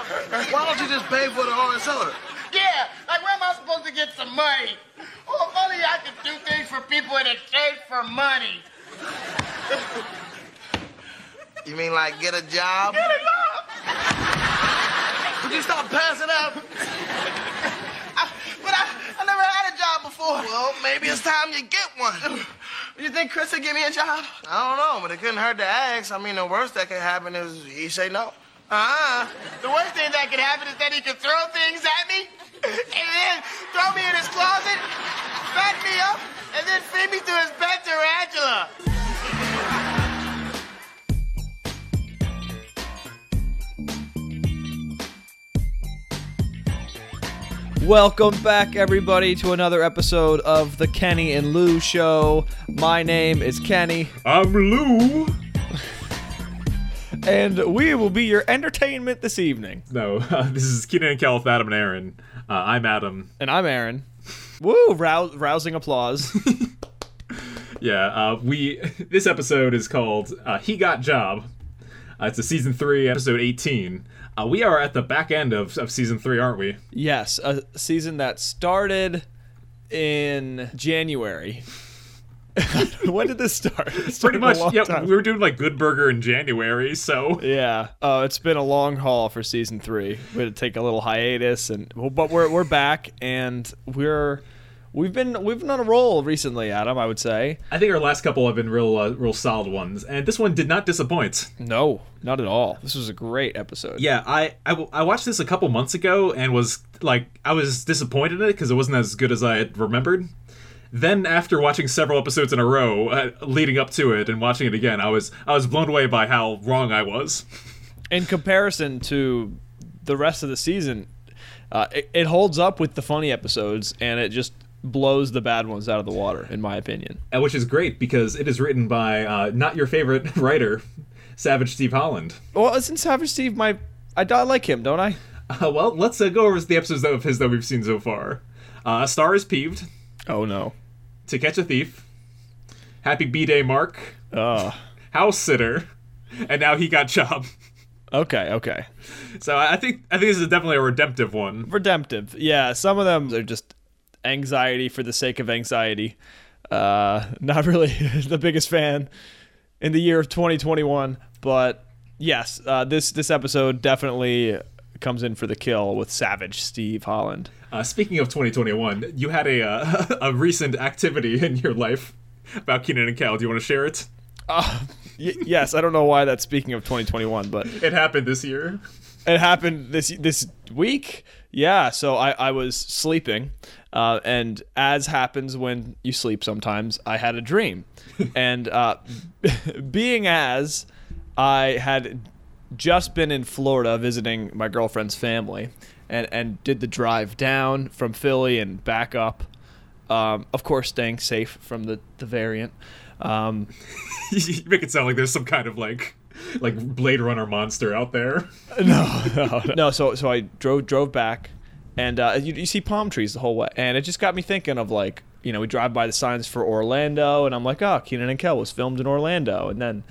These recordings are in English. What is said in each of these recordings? Why don't you just pay for the orange soda? Yeah, like where am I supposed to get some money? Oh, if only I could do things for people in exchange for money. You mean like get a job? Get a job. Would you stop passing out? I- but I, I never had a job before. Well, maybe it's time you get one. You think Chris would give me a job? I don't know, but it couldn't hurt to ask. I mean, the worst that could happen is he say no. Uh-uh. The worst thing that could happen is that he could throw things at me, and then throw me in his closet, back me up, and then feed me to his pet tarantula. Welcome back, everybody, to another episode of the Kenny and Lou Show. My name is Kenny, I'm Lou. and we will be your entertainment this evening. No, this is Keenan and Caliph, Adam and Aaron. Uh, I'm Adam. And I'm Aaron. Woo! Rou- rousing applause. Yeah, uh, we. This episode is called uh, "He Got Job." Uh, it's a season three, episode eighteen. Uh, we are at the back end of, of season three, aren't we? yes, a season that started in January. when did this start? It Pretty started a much. long Yeah, time. we were doing like Good Burger in January, so Yeah. Oh, it's been a long haul for season three. We had to take a little hiatus, and well, but we're we're back, and we're we've been we've been on a roll recently, Adam. I would say I think our last couple have been real, uh, real solid ones, and this one did not disappoint. no, not at all. This was a great episode. Yeah, I, I, w- I watched this a couple months ago and was like, I was disappointed in it because it wasn't as good as I had remembered. Then after watching several episodes in a row uh, leading up to it and watching it again, I was I was blown away by how wrong I was. In comparison to the rest of the season, uh, it, it holds up with the funny episodes, and it just blows the bad ones out of the water, in my opinion. Uh, Which is great because it is written by uh, not your favorite writer, Savage Steve Holland. Well, since Savage Steve, my I, I like him, don't I? Uh, well, let's uh, go over the episodes of his that we've seen so far. Uh, a Star is Peeved, Oh no. To Catch a Thief, Happy B Day Mark, Oh. House Sitter, and now he got job. Okay. Okay. So I I think I think this is definitely a redemptive one. redemptive. Yeah, some of them are just anxiety for the sake of anxiety. Uh, not really the biggest fan in the year of 2021, but yes, uh, this this episode definitely comes in for the kill with Savage Steve Holland. Uh, speaking of 2021, you had a uh, a recent activity in your life about Keenan and Cal. Do you want to share it? Y- yes, I don't know why that's speaking of 2021, but It happened this year. it happened this this week. Yeah, so I, I was sleeping, uh, and as happens when you sleep, sometimes I had a dream, and uh, being as I had just been in Florida visiting my girlfriend's family, and and did the drive down from Philly and back up. Um, of course, staying safe from the the variant. Um, you make it sound like there's some kind of like like Blade Runner monster out there. no, no, no. So so I drove drove back, and uh, you, you see palm trees the whole way, and it just got me thinking of like you know we drive by the signs for Orlando, and I'm like, oh, Keenan and Kel was filmed in Orlando, and then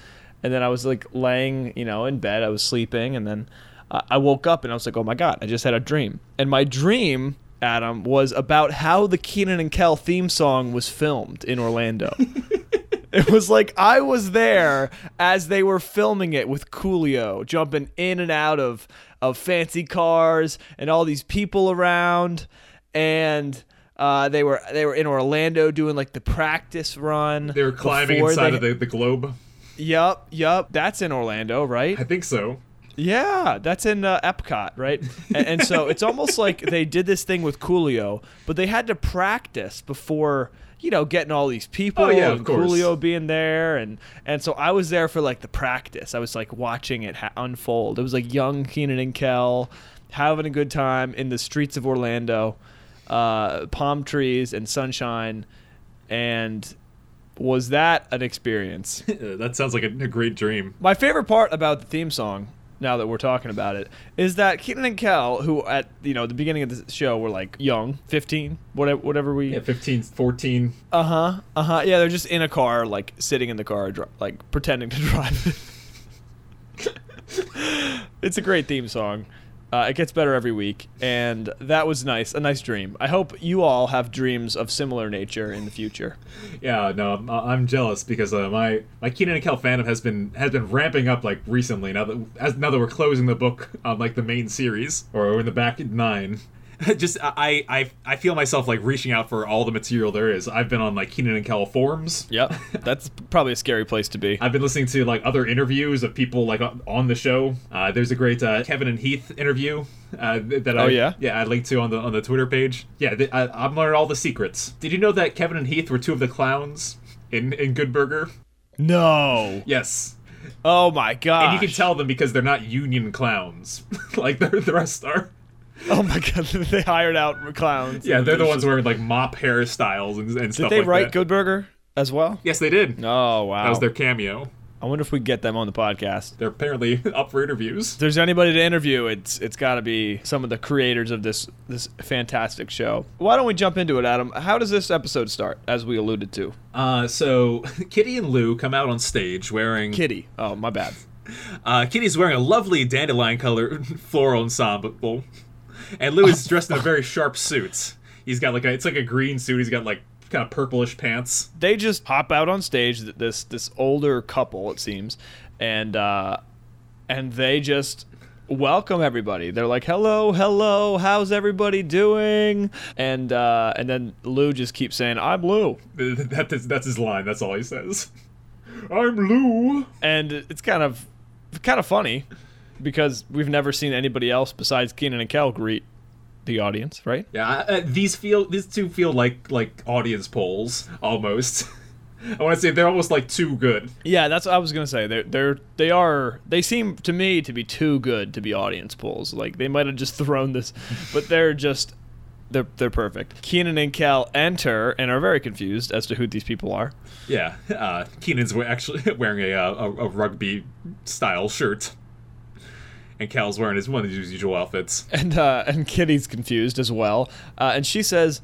and then I was like laying you know in bed, I was sleeping, and then uh, I woke up and I was like, oh my god, I just had a dream, and my dream. Adam was about how the Keenan and Kel theme song was filmed in Orlando. It was like I was there as they were filming it with Coolio, jumping in and out of of fancy cars and all these people around, and uh, they were they were in Orlando doing like the practice run. They were climbing before inside they- of the, the globe. Yup, yup. That's in Orlando, right? I think so. Yeah, that's in uh, Epcot, right? And, and so it's almost like they did this thing with Coolio, but they had to practice before you know getting all these people Oh, yeah, of and course. Coolio being there, and and so I was there for like the practice. I was like watching it ha- unfold. It was like young Keenan and Kel having a good time in the streets of Orlando, uh, palm trees and sunshine, and was that an experience? Uh, that sounds like a, a great dream. My favorite part about the theme song, now that we're talking about it, is that Keaton and Kel, who at you know the beginning of the show were like young, fifteen, whatever, whatever we, Yeah, 15, 14. uh huh, uh huh, yeah, they're just in a car, like sitting in the car, dri- like pretending to drive. it's a great theme song, Uh, it gets better every week, and that was nice. A nice dream. I hope you all have dreams of similar nature in the future. Yeah, no, I'm, I'm jealous because uh, my my Keenan and Kel fandom has been has been ramping up like recently. Now that as now that we're closing the book on like the main series or in the back nine, just I I I feel myself like reaching out for all the material there is. I've been on like Keenan and Kel forums. Yep, that's probably a scary place to be. I've been listening to like other interviews of people like on- on the show. Uh, there's a great uh, Kevin and Heath interview uh, th- that I Oh, yeah? yeah I linked to on the on the Twitter page. Yeah, th- I, I'm learning all the secrets. Did you know that Kevin and Heath were two of the clowns in in Good Burger? No. Yes. Oh my god. And you can tell them because they're not union cowns like the the rest are. Oh my god, they hired out clowns. Yeah, they're the ones wearing like mop hairstyles and, and Did stuff they like write that. Good Burger as well? Yes, they did. Oh wow. That was their cameo. I wonder if we can get them on the podcast. They're apparently up for interviews. If there's anybody to interview, it's it's got to be some of the creators of this this fantastic show. Why don't we jump into it, Adam? How does this episode start? As we alluded to, Uh, so Kitty and Lou come out on stage wearing. Kitty. Oh my bad. Uh, Kitty's wearing a lovely dandelion color floral ensemble, and Lou is dressed in a very sharp suit. He's got like a it's like a green suit. He's got like kind of purplish pants. they just hop out on stage. th- This this older couple, it seems, and uh, and they just welcome everybody. They're like, "Hello, hello, how's everybody doing?" And uh, and then Lou just keeps saying, "I'm Lou," That, that's that's his line. That's all he says. I'm Lou. and it's kind of kind of funny because we've never seen anybody else besides Keenan and Kel greet the audience, right? Yeah, I- uh, these feel these two feel like like audience polls almost. I want to say they're almost like too good. Yeah, that's what I was gonna say. They're they're they are they seem to me to be too good to be audience polls. Like they might have just thrown this, but they're just they're they're perfect. Keenan and Cal enter and are very confused as to who these people are. Yeah, uh, Keenan's we- actually wearing a, uh, a a rugby style shirt, and Cal's wearing his one of his usual outfits. And uh, and Kitty's confused as well. Uh, and she says,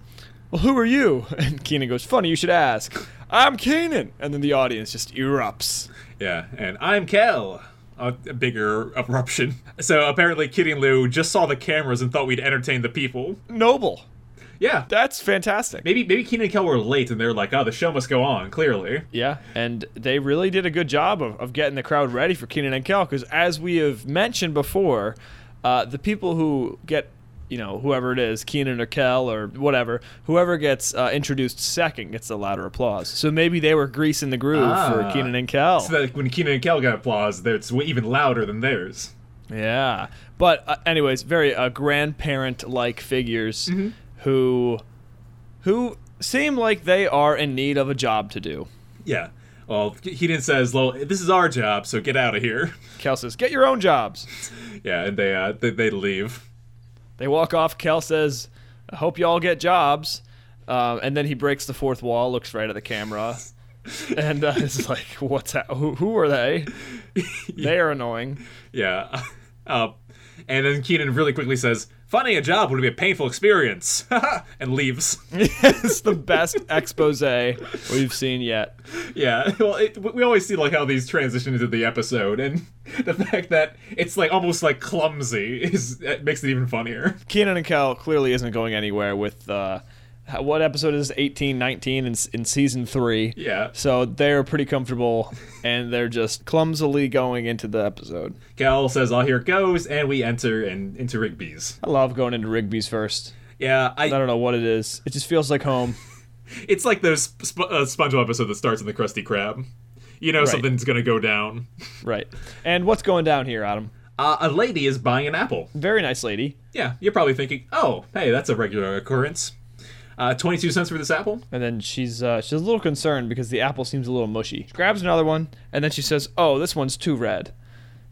"Well, who are you?" And Keenan goes, "Funny you should ask. I'm Keenan." And then the audience just erupts. Yeah, and I'm Cal. A a bigger eruption. So apparently, Kitty and Lou just saw the cameras and thought we'd entertain the people. Noble. Yeah, That's fantastic. maybe maybe Keenan and Kel were late, and they're like, "Oh, the show must go on." Clearly, Yeah, and they really did a good job of, of getting the crowd ready for Keenan and Kel because, as we have mentioned before, uh, the people who get, you know, whoever it is, Keenan or Kel or whatever, whoever gets uh, introduced second gets the louder applause. So maybe they were greasing the groove Ah. for Keenan and Kel. So that when Keenan and Kel got applause, it's even louder than theirs. yeah, but uh, anyways, very uh, grandparent-like figures Mm-hmm. who who seem like they are in need of a job to do. Yeah. Well, Keenan says, "Well, this is our job, so get out of here." Kel says, "Get your own jobs." Yeah, and they uh, they, they leave. They walk off. Kel says, "I hope y'all get jobs," um, and then he breaks the fourth wall, looks right at the camera, and uh, is like, "What's that? Who, who are they? They are annoying." Yeah. Uh, and then Keenan really quickly says, "Finding a job would be a painful experience," and leaves. it's the best expose we've seen yet. Yeah. Well, it, we always see like how these transition into the episode, and the fact that it's like almost like clumsy is it makes it even funnier. Keenan and Kel clearly isn't going anywhere with uh, how- what episode is this? 18, 19 in, s- in season three. Yeah. So they're pretty comfortable, and they're just clumsily going into the episode. Cal says, "All here it goes," and we enter and into Rigby's. I love going into Rigby's first. Yeah, I, I don't know what it is. It just feels like home. it's like the sp- uh, SpongeBob episode that starts in the Krusty Krab. You know something's gonna go down. Right. And what's going down here, Adam? Uh, a lady is buying an apple. Very nice lady. Yeah, you're probably thinking, "Oh, hey, that's a regular occurrence." Uh, Twenty-two cents for this apple. And then she's uh, she's a little concerned because the apple seems a little mushy. She grabs another one, and then she says, "Oh, this one's too red."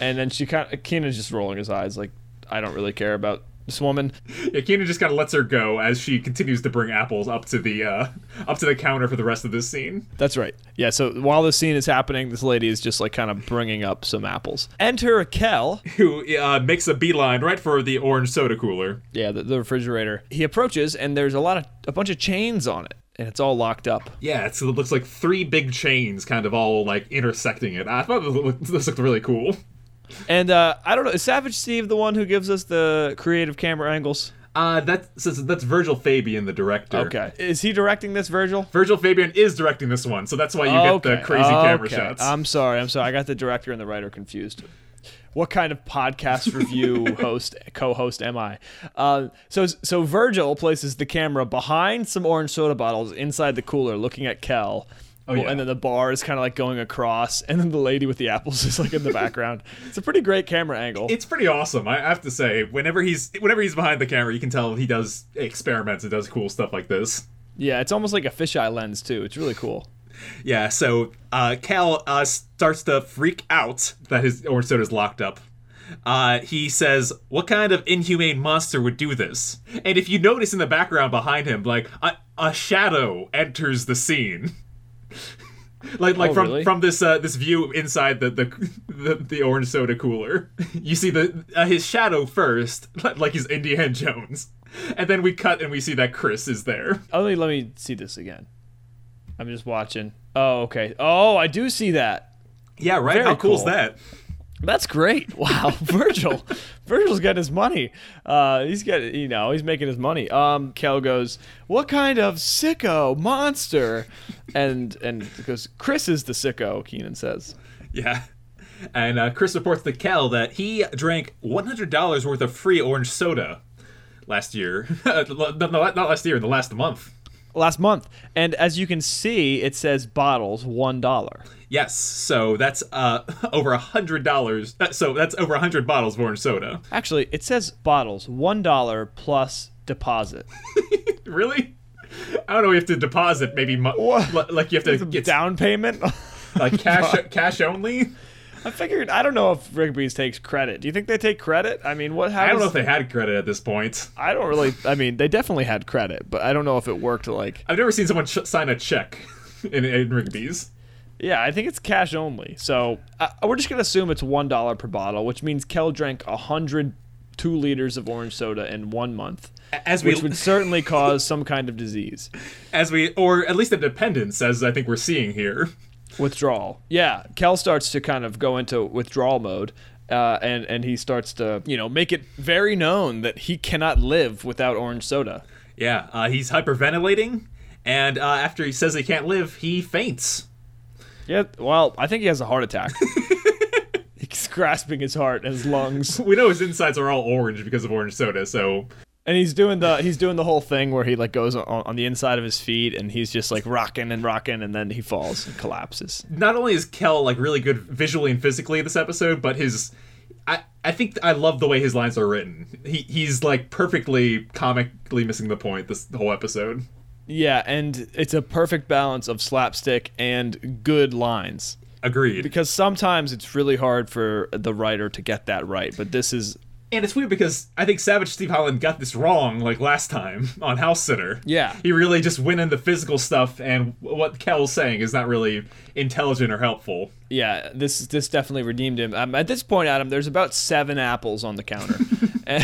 and then she kind of Keenan's just rolling his eyes, like I don't really care about this woman. Yeah, Keenan just kind of lets her go as she continues to bring apples up to the uh, up to the counter for the rest of this scene. That's right. Yeah. So while this scene is happening, this lady is just like kind of bringing up some apples. Enter Kel. Who uh, makes a beeline right for the orange soda cooler? Yeah, the, the refrigerator. He approaches, and there's a lot of a bunch of chains on it, and it's all locked up. Yeah, it's, it looks like three big chains kind of all like intersecting it. I thought this looked, this looked really cool. And uh, I don't know. Is Savage Steve the one who gives us the creative camera angles? Uh, that's so that's Virgil Fabian, the director. Okay. Is he directing this, Virgil? Virgil Fabian is directing this one, so that's why you okay. get the crazy camera okay. um, shots. I'm sorry. I'm sorry. I got the director and the writer confused. What kind of podcast review host co-host am I? Uh, so so Virgil places the camera behind some orange soda bottles inside the cooler, looking at Kel. Oh, yeah. And then the bar is kind of like going across, and then the lady with the apples is like in the background. it's a pretty great camera angle. it's pretty awesome, I have to say. Whenever he's whenever he's behind the camera, you can tell he does experiments and does cool stuff like this. yeah, it's almost like a fisheye lens too. It's really cool. Yeah, so uh, Cal uh, starts to freak out that his orange soda is locked up. Uh, he says, "What kind of inhumane monster would do this?" And if you notice in the background behind him, like a, a shadow enters the scene, like like Oh, from really? from this uh, this view inside the, the the the orange soda cooler, you see the uh, his shadow first, like, like he's Indiana Jones, and then we cut and we see that Chris is there. Oh, let me, let me see this again. I'm just watching. Oh, okay. Oh, I do see that. Yeah, right. Very How cool's cool. that? That's great. Wow, Virgil. Virgil's getting his money. Uh, he's getting, you know, he's making his money. Um, Kel goes, "What kind of sicko monster?" And and because Chris is the sicko, Keenan says. Yeah. And uh, Chris reports to Cal that he drank $100 worth of free orange soda last year. no, no, not last year, in the last month. Last month, and as you can see, it says bottles one dollar. Yes, so that's uh, over $100. uh, So that's over 100 bottles of orange soda. Actually, it says bottles one dollar plus deposit. Really? I don't know, you have to deposit maybe mo- What? li- like you have to get Down payment. like cash cash only. I figured I don't know if Rigby's takes credit. Do you think they take credit? I mean, what? How I don't does- know if they had credit at this point. I don't really. I mean, they definitely had credit, but I don't know if it worked. Like, I've never seen someone ch- sign a check in, in Rigby's. yeah, I think it's cash only. So uh, we're just gonna assume it's one dollar per bottle, which means Kel drank a hundred two liters of orange soda in one month, As we which would certainly cause some kind of disease as we or at least a dependence as i think we're seeing here withdrawal. Yeah, Kel starts to kind of go into withdrawal mode. Uh, and and he starts to you know make it very known that he cannot live without orange soda. yeah uh, he's hyperventilating and uh, after he says he can't live he faints Yeah, well, I think he has a heart attack. He's grasping his heart and his lungs, we know his insides are all orange because of orange soda so and he's doing the he's doing the whole thing where he like goes on, on the inside of his feet, and he's just like rocking and rocking, and then he falls and collapses. not only is kel like really good visually and physically in this episode but his i i think i love the way his lines are written he he's like perfectly comically missing the point this whole episode Yeah, and it's a perfect balance of slapstick and good lines agreed because sometimes it's really hard for the writer to get that right, but this is and it's weird because i think savage steve holland got this wrong like last time on house sitter Yeah. he really just went into physical stuff and what kel's saying is not really intelligent or helpful yeah, this this definitely redeemed him. Um, at this point, Adam, there's about seven apples on the counter, and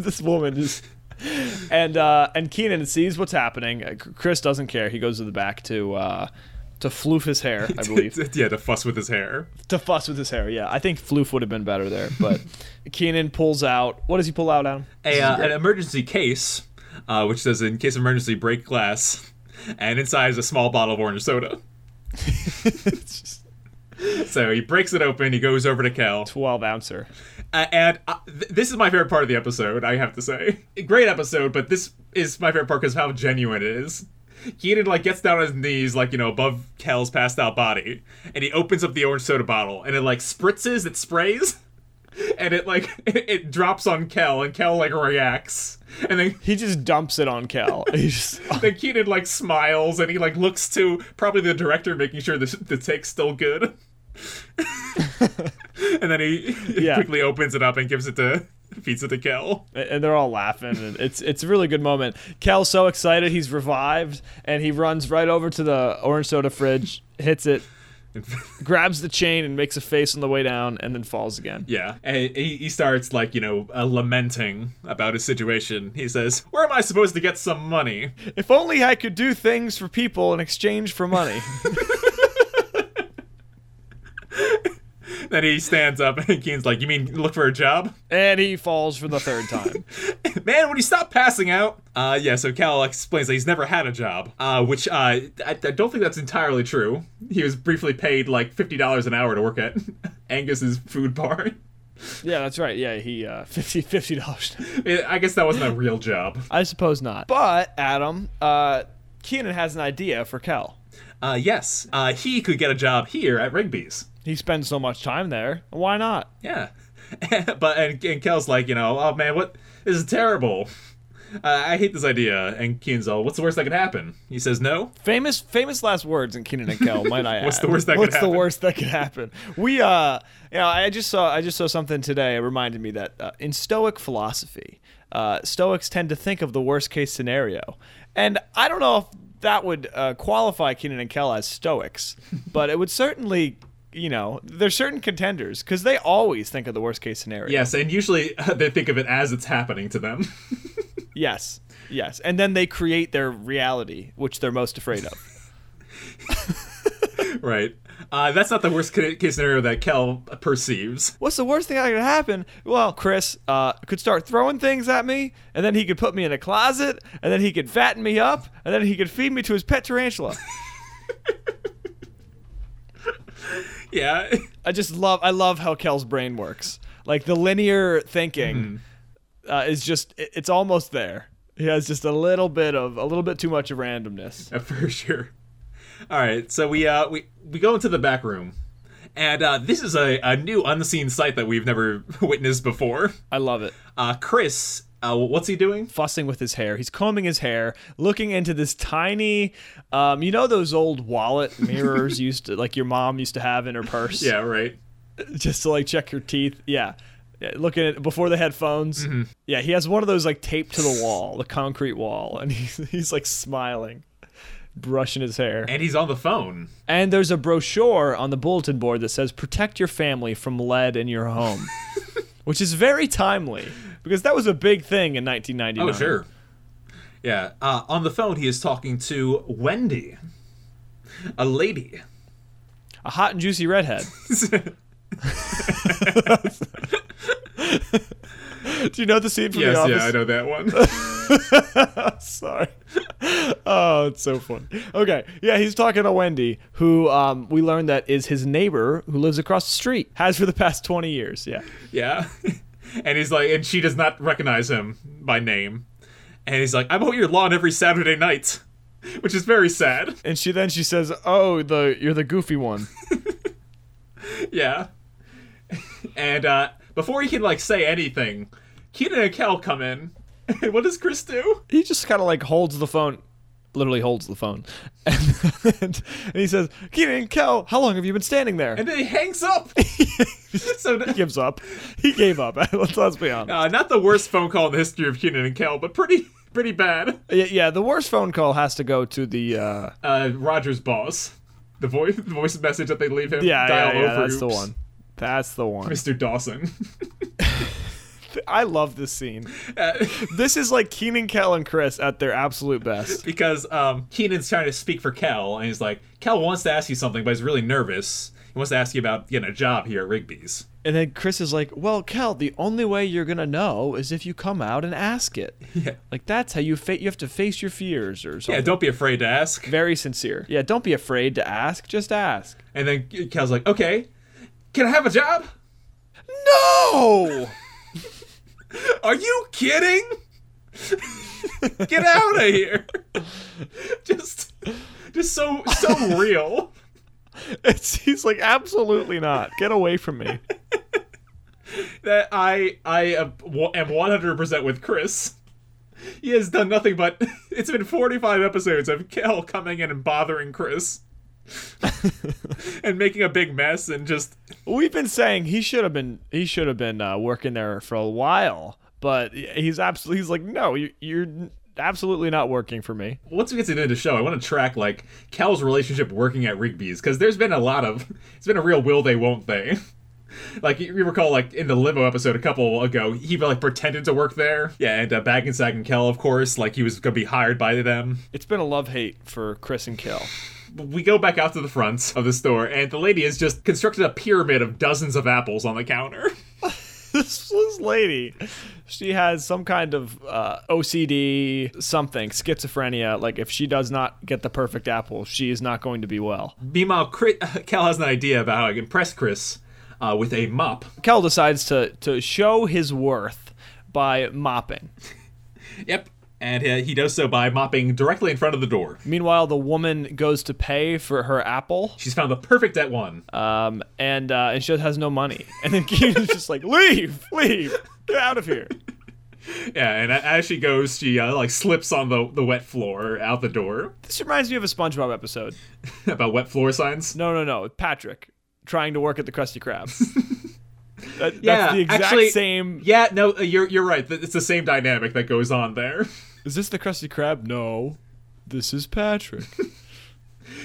this woman just and uh, and Keenan sees what's happening. Uh, Chris doesn't care. He goes to the back to uh, to floof his hair, I believe yeah to fuss with his hair to fuss with his hair. Yeah, I think Floof would have been better there. But Keenan pulls out. What does he pull out, Adam? a, uh, an emergency case uh, which says in case of emergency break glass and inside is a small bottle of orange soda It's just so he breaks it open he goes over to kel twelve ouncer. uh, and uh, th- this is my favorite part of the episode i have to say great episode but this is my favorite part because of how genuine it is Keenan like gets down on his knees, like you know, above Kel's passed out body, and he opens up the orange soda bottle, and it like spritzes, it sprays, and it like it, it drops on Kel, and Kel like reacts, and then He just dumps it on Cal. He just then Keenan like smiles, and he like looks to probably the director, making sure the the take's still good, and then he, he Yeah. quickly opens it up and gives it to feeds it to Kel. and they're all laughing and it's it's a really good moment cal's so excited he's revived and he runs right over to the orange soda fridge hits it grabs the chain and makes a face on the way down and then falls again Yeah, and he, he starts like you know uh, lamenting about his situation. He says, "Where am I supposed to get some money?" if only i could do things for people in exchange for money Then he stands up and Keen's like, You mean look for a job? and he falls for the third time. Man, when you stop passing out. Uh, yeah, so Cal explains that he's never had a job, uh, which uh, I, I don't think that's entirely true. He was briefly paid like $50 an hour to work at Angus's food bar. yeah, that's right. Yeah, he uh, 50 dollars. I guess that wasn't a real job. I suppose not. But Adam, uh, Keenan has an idea for Kel. Uh, yes, uh, he could get a job here at Rigby's. He spends so much time there. Why not? Yeah. but and, and Kel's like, you know, oh man, what this is terrible. Uh, I hate this idea. And Keen's all, what's the worst that could happen? He says no. Famous, famous last words in Keenan and Kel. Might I? What's add. the worst that could What's happen? the worst that could happen? We, uh, you know, I just saw, I just saw something today. It reminded me that uh, in Stoic philosophy, uh, Stoics tend to think of the worst case scenario, and I don't know if that would uh, qualify Keenan and Kel as Stoics, but it would certainly. You know, there's certain contenders because they always think of the worst case scenario. Yes, and usually uh, they think of it as it's happening to them. Yes. Yes. And then they create their reality, which they're most afraid of. right. Uh, that's not the worst ca- case scenario that Kel perceives. What's the worst thing that could happen? Well, Chris uh, could start throwing things at me, and then he could put me in a closet, and then he could fatten me up, and then he could feed me to his pet tarantula. Yeah. I just love, I love how Kel's brain works. Like the linear thinking uh, is just, it- it's almost there. He has just a little bit of, a little bit too much of randomness. Yeah, for sure. All right, so we uh we we go into the back room, and uh, this is a, a new unseen sight that we've never witnessed before. I love it. Uh, Chris, uh, what's he doing? fussing with his hair. He's combing his hair, looking into this tiny, um, you know, those old wallet mirrors used to, like your mom used to have in her purse, Yeah, right. just to like check your teeth. Yeah. Yeah, looking at before they had phones. Mm-hmm. Yeah, he has one of those like taped to the wall, the concrete wall, and he's, he's like smiling, brushing his hair. And he's on the phone. And there's a brochure on the bulletin board that says protect your family from lead in your home, which is very timely because that was a big thing in 1999. Oh, sure. Yeah, uh, on the phone he is talking to Wendy, a lady. a hot and juicy redhead. Do you know the scene from The yes, Office? yeah, I know that one. Sorry. oh, it's so fun. Okay, yeah, he's talking to Wendy, who um, we learned that is his neighbor who lives across the street, has for the past twenty years. Yeah, yeah, and he's like, and she does not recognize him by name, and he's like, I mow your lawn every Saturday night, which is very sad. and she then she says, "Oh, the you're the goofy one." Yeah. And uh, before he can like say anything, Keenan and Kel come in. And what does Chris do? he just kind of like holds the phone, literally holds the phone, and, and he says, "Keenan, Kel, how long have you been standing there?" And then he hangs up. so he gives up. He gave up. let's, let's be honest. uh, not the worst phone call in the history of Keenan and Kel, but pretty pretty bad. Yeah, yeah, the worst phone call has to go to the uh Uh, Roger's boss, the voice the voice message that they leave him. yeah, dial yeah, yeah, over that's the oops, one. That's the one. Mr. Dawson. I love this scene. this is like Keenan, Kel, and Chris at their absolute best. because um, Keenan's trying to speak for Kel, and he's like, Kel wants to ask you something, but he's really nervous. He wants to ask you about getting a job here at Rigby's. And then Chris is like, "Well, Kel, the only way you're gonna know is if you come out and ask it. Yeah. Like that's how you fa- you have to face your fears or something." Yeah, don't be afraid to ask. Very sincere. Yeah, don't be afraid to ask. Just ask. And then Cal's like, okay, can I have a job? No. Are you kidding? Get out of here. just just so so real. it's, he's like, absolutely not. Get away from me. That I I am 100% with Chris. He has done nothing but it's been 45 episodes of Kel coming in and bothering Chris and making a big mess and just We've been saying he should have been he should have been uh, working there for a while, but he's absolutely he's like no, you, you're absolutely not working for me. once we get to the end of the show, I want to track like Cal's relationship working at Rigby's because there's been a lot of it's been a real will they won't they. Like you you recall, like in the limo episode a couple ago, he like pretended to work there. Yeah, and uh, Bag and Sack and Kel, of course, like he was gonna be hired by them. It's been a love hate for Chris and Kel. we go back out to the front of the store, and the lady has just constructed a pyramid of dozens of apples on the counter. this, this lady, she has some kind of uh, OCD, something, schizophrenia. Like, if she does not get the perfect apple, she is not going to be well. Meanwhile, Chris, Cal has an idea about how I can impress Chris uh, with a mop. Kel decides to, to show his worth by mopping. Yep. And uh, he does so by mopping directly in front of the door. Meanwhile, the woman goes to pay for her apple, She's found the perfect at one. um, and uh, and she has no money. And then Keenan's just like, "Leave, leave, get out of here." yeah, and a- as she goes, she uh, like slips on the, the wet floor out the door. This reminds me of a SpongeBob episode. about wet floor signs. No, no, no, Patrick trying to work at the Krusty Krab. That- Yeah, that's the exact actually- same. Yeah, no, uh, you're you're right. Th- It's the same dynamic that goes on there. Is this the Krusty Krab? No, this is Patrick.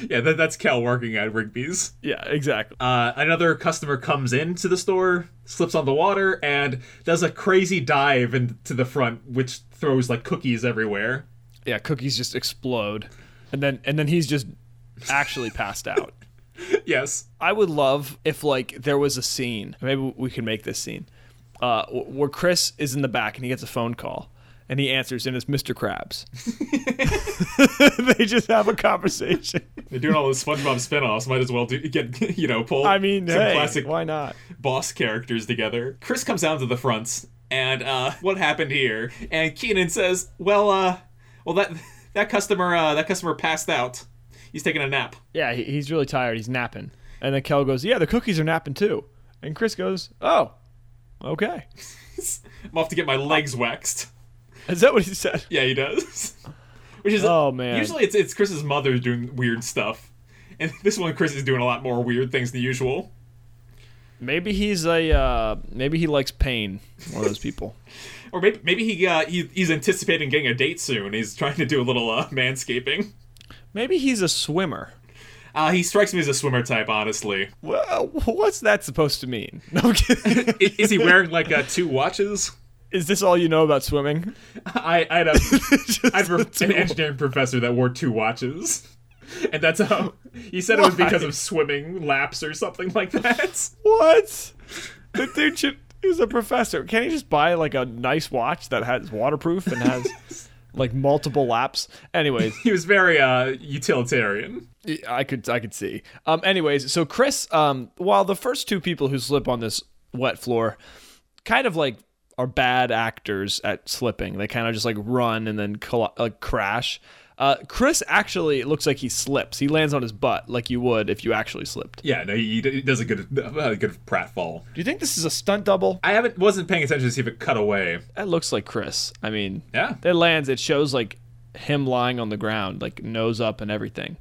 yeah, that, that's Cal working at Rigby's. yeah, exactly. Uh, another customer comes into the store, slips on the water, and does a crazy dive into the front, which throws like cookies everywhere. yeah, cookies just explode, and then and then he's just actually passed out. yes, I would love if like there was a scene. Maybe we can make this scene uh, wh- where Chris is in the back and he gets a phone call and he answers and it's Mr. Krabs. they just have a conversation. they're doing all the SpongeBob spinoffs. Might as well do, get you know pull. I mean, some hey, classic why not? boss characters together. Chris comes down to the front, and uh, what happened here? And Keenan says, "Well, uh, well that that customer uh, that customer passed out. He's taking a nap." Yeah, he, he's really tired. He's napping, and then Kel goes, "Yeah, the cookies are napping too." And Chris goes, "Oh, okay." I'm off to get my legs waxed. Is that what he said? Yeah, he does. Which is Oh, man. Usually it's it's Chris's mother doing weird stuff, and this one Chris is doing a lot more weird things than usual. Maybe he's a uh, maybe he likes pain. One of those people. Or maybe maybe he, uh, he he's anticipating getting a date soon. He's trying to do a little uh, manscaping. maybe he's a swimmer. Uh, he strikes me as a swimmer type, honestly. Well, what's that supposed to mean? No, I'm kidding. I- is he wearing like uh, two watches? Is this all you know about swimming? I I had a I had Just an the engineering professor that wore two watches, and that's how he said it was because Why? of swimming laps or something like that. What? The dude should, he's a professor. Can't he just buy like a nice watch that has waterproof and has like multiple laps? Anyways, He was very uh utilitarian. I could I could see. Um, anyways, so Chris, um, while the first two people who slip on this wet floor, kind of like are bad actors at slipping. They kind of just like run and then coll- like crash. Uh, Chris actually looks like he slips. He lands on his butt like you would if you actually slipped. Yeah, no, he, he does a good a good pratfall. Do you think this is a stunt double? I haven't wasn't paying attention to see if it cut away. That looks like Chris. I mean, Yeah. It lands. It shows like him lying on the ground, like nose up and everything.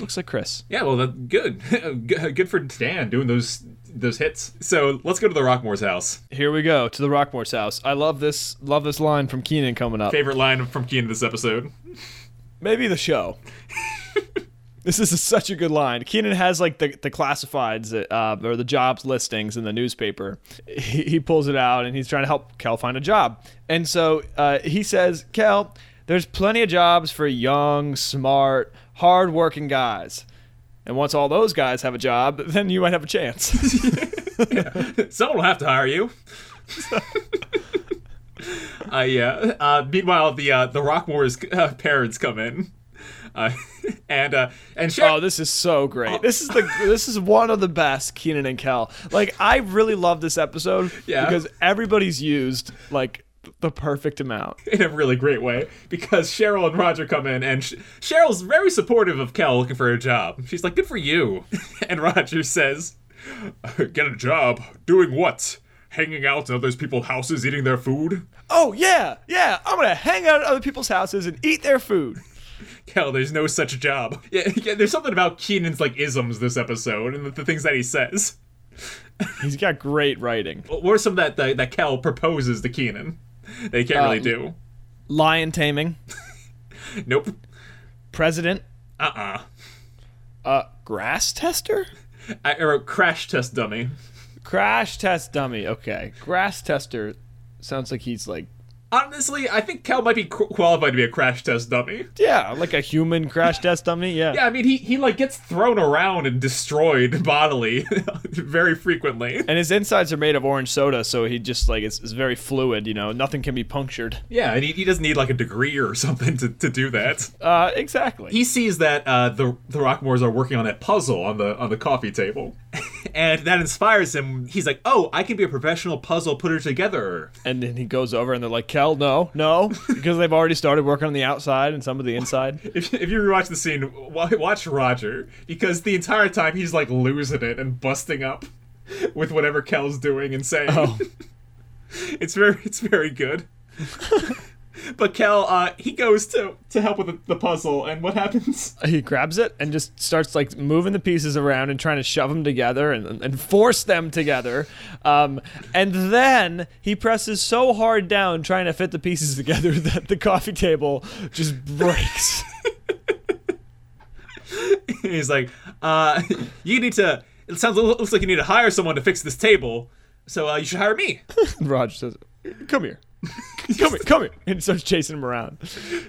Looks like Chris. Yeah, well, that's good. Good- good for Dan doing those those hits. So let's go to the Rockmore's house. Here we go to the Rockmore's house. I love this. Love this line from Keenan coming up. Favorite line from Keenan this episode. Maybe the show. this is such a good line. Keenan has like the, the classifieds uh, or the jobs listings in the newspaper. He, he pulls it out and he's trying to help Kel find a job. And so uh, he says, Kel, there's plenty of jobs for young, smart, hardworking guys. And once all those guys have a job, then you might have a chance. Someone will have to hire you. uh, yeah. Uh, meanwhile, the uh, the Rockmore's uh, parents come in, uh, and uh, and Sharon, oh, this is so great. This is the this is one of the best Keenan and Kel. Like I really love this episode Yeah. because everybody's used like the perfect amount. in a really great way because Cheryl and Roger come in, and Sh- Cheryl's very supportive of Cal looking for a job. She's like, "Good for you," and Roger says, "Get a job doing what?" Hanging out in other people's houses, eating their food. Oh yeah, yeah. I'm gonna hang out at other people's houses and eat their food. Cal, there's no such job. Yeah, yeah, there's something about Keenan's like isms this episode, and the, the things that he says. He's got great writing. What what are some that that, that Cal proposes to Keenan? They can't really do. Lion taming, Nope. president, Uh uh, grass tester, uh I I wrote crash test dummy. crash test dummy. Okay, grass tester sounds like he's like Honestly, I think Cal might be qu- qualified to be a crash test dummy. Yeah, like a human crash test dummy. Yeah. Yeah, I mean, he, he like gets thrown around and destroyed bodily very frequently. And his insides are made of orange soda, so he just like it's, it's very fluid. You know, nothing can be punctured. Yeah, and he, he doesn't need like a degree or something to, to do that. Uh, exactly. he sees that uh, the the Rockmores are working on that puzzle on the on the coffee table, and that inspires him. He's like, "Oh, I can be a professional puzzle putter together." and then he goes over, and they're like, "Kel, no, no," because they've already started working on the outside and some of the inside. If, if you rewatch the scene, wa- watch Roger because the entire time he's like losing it and busting up with whatever Kel's doing and saying. Oh. it's very it's very good. but Kel, uh, he goes to to help with the, the puzzle, and what happens? he grabs it and just starts like moving the pieces around and trying to shove them together and, and force them together. Um, and then he presses so hard down trying to fit the pieces together that the coffee table just breaks. He's like, uh, you need to. It sounds looks like you need to hire someone to fix this table. So uh, you should hire me. and Roger says, "Come here, come here, come here," and starts chasing him around.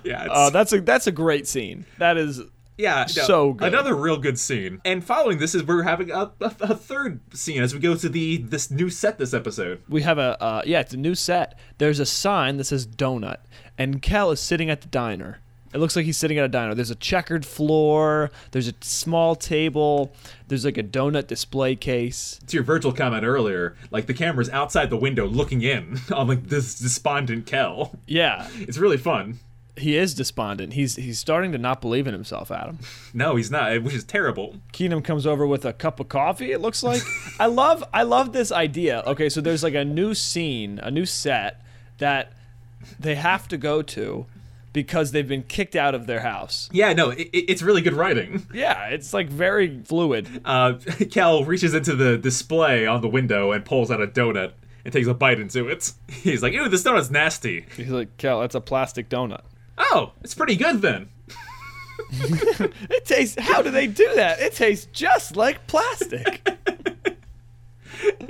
Yeah, it's, Uh, that's a that's a great scene. That is yeah, so good. Another real good scene. And following this is we're having a, a, a third scene as we go to the this new set this episode. we have a uh, yeah, it's a new set. There's a sign that says donut, and Kel is sitting at the diner. It looks like he's sitting at a diner. There's a checkered floor. There's a small table. There's like a donut display case. To your Virgil comment earlier, like the camera's outside the window looking in on like this despondent Kel. Yeah, It's really fun. he is despondent. He's he's starting to not believe in himself, Adam. No, he's not, which is terrible. Keenum comes over with a cup of coffee. It looks like I love I love this idea. Okay, so there's like a new scene, a new set that they have to go to because they've been kicked out of their house. Yeah, no, it, it- it's really good writing. Yeah, it's like very fluid. Uh, Cal reaches into the display on the window and pulls out a donut and takes a bite into it. He's like, "Ew, this donut's nasty." He's like, Kel, that's a plastic donut. Oh, it's pretty good then. It tastes. How do they do that? It tastes just like plastic.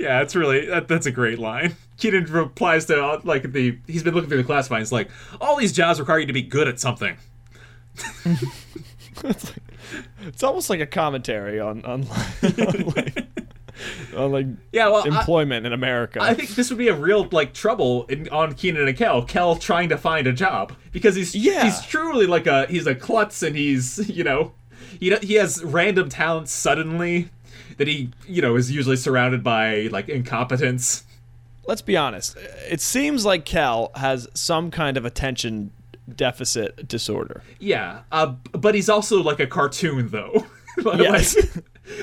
Yeah, it's really that, that's a great line. Keenan replies to uh, like the he's been looking through the class finds like all these jobs require you to be good at something. it's almost like a commentary on on, on like, on like Yeah, well, I- employment in America. I think this would be a real like trouble in, on Keenan and Kel. Kel trying to find a job because he's Yeah. he's truly like a he's a klutz and he's you know he do- he has random talents suddenly that he you know is usually surrounded by like incompetence. Let's be honest. It seems like Kel has some kind of attention deficit disorder. Yeah, uh, b- but he's also like a cartoon though. like, Yes.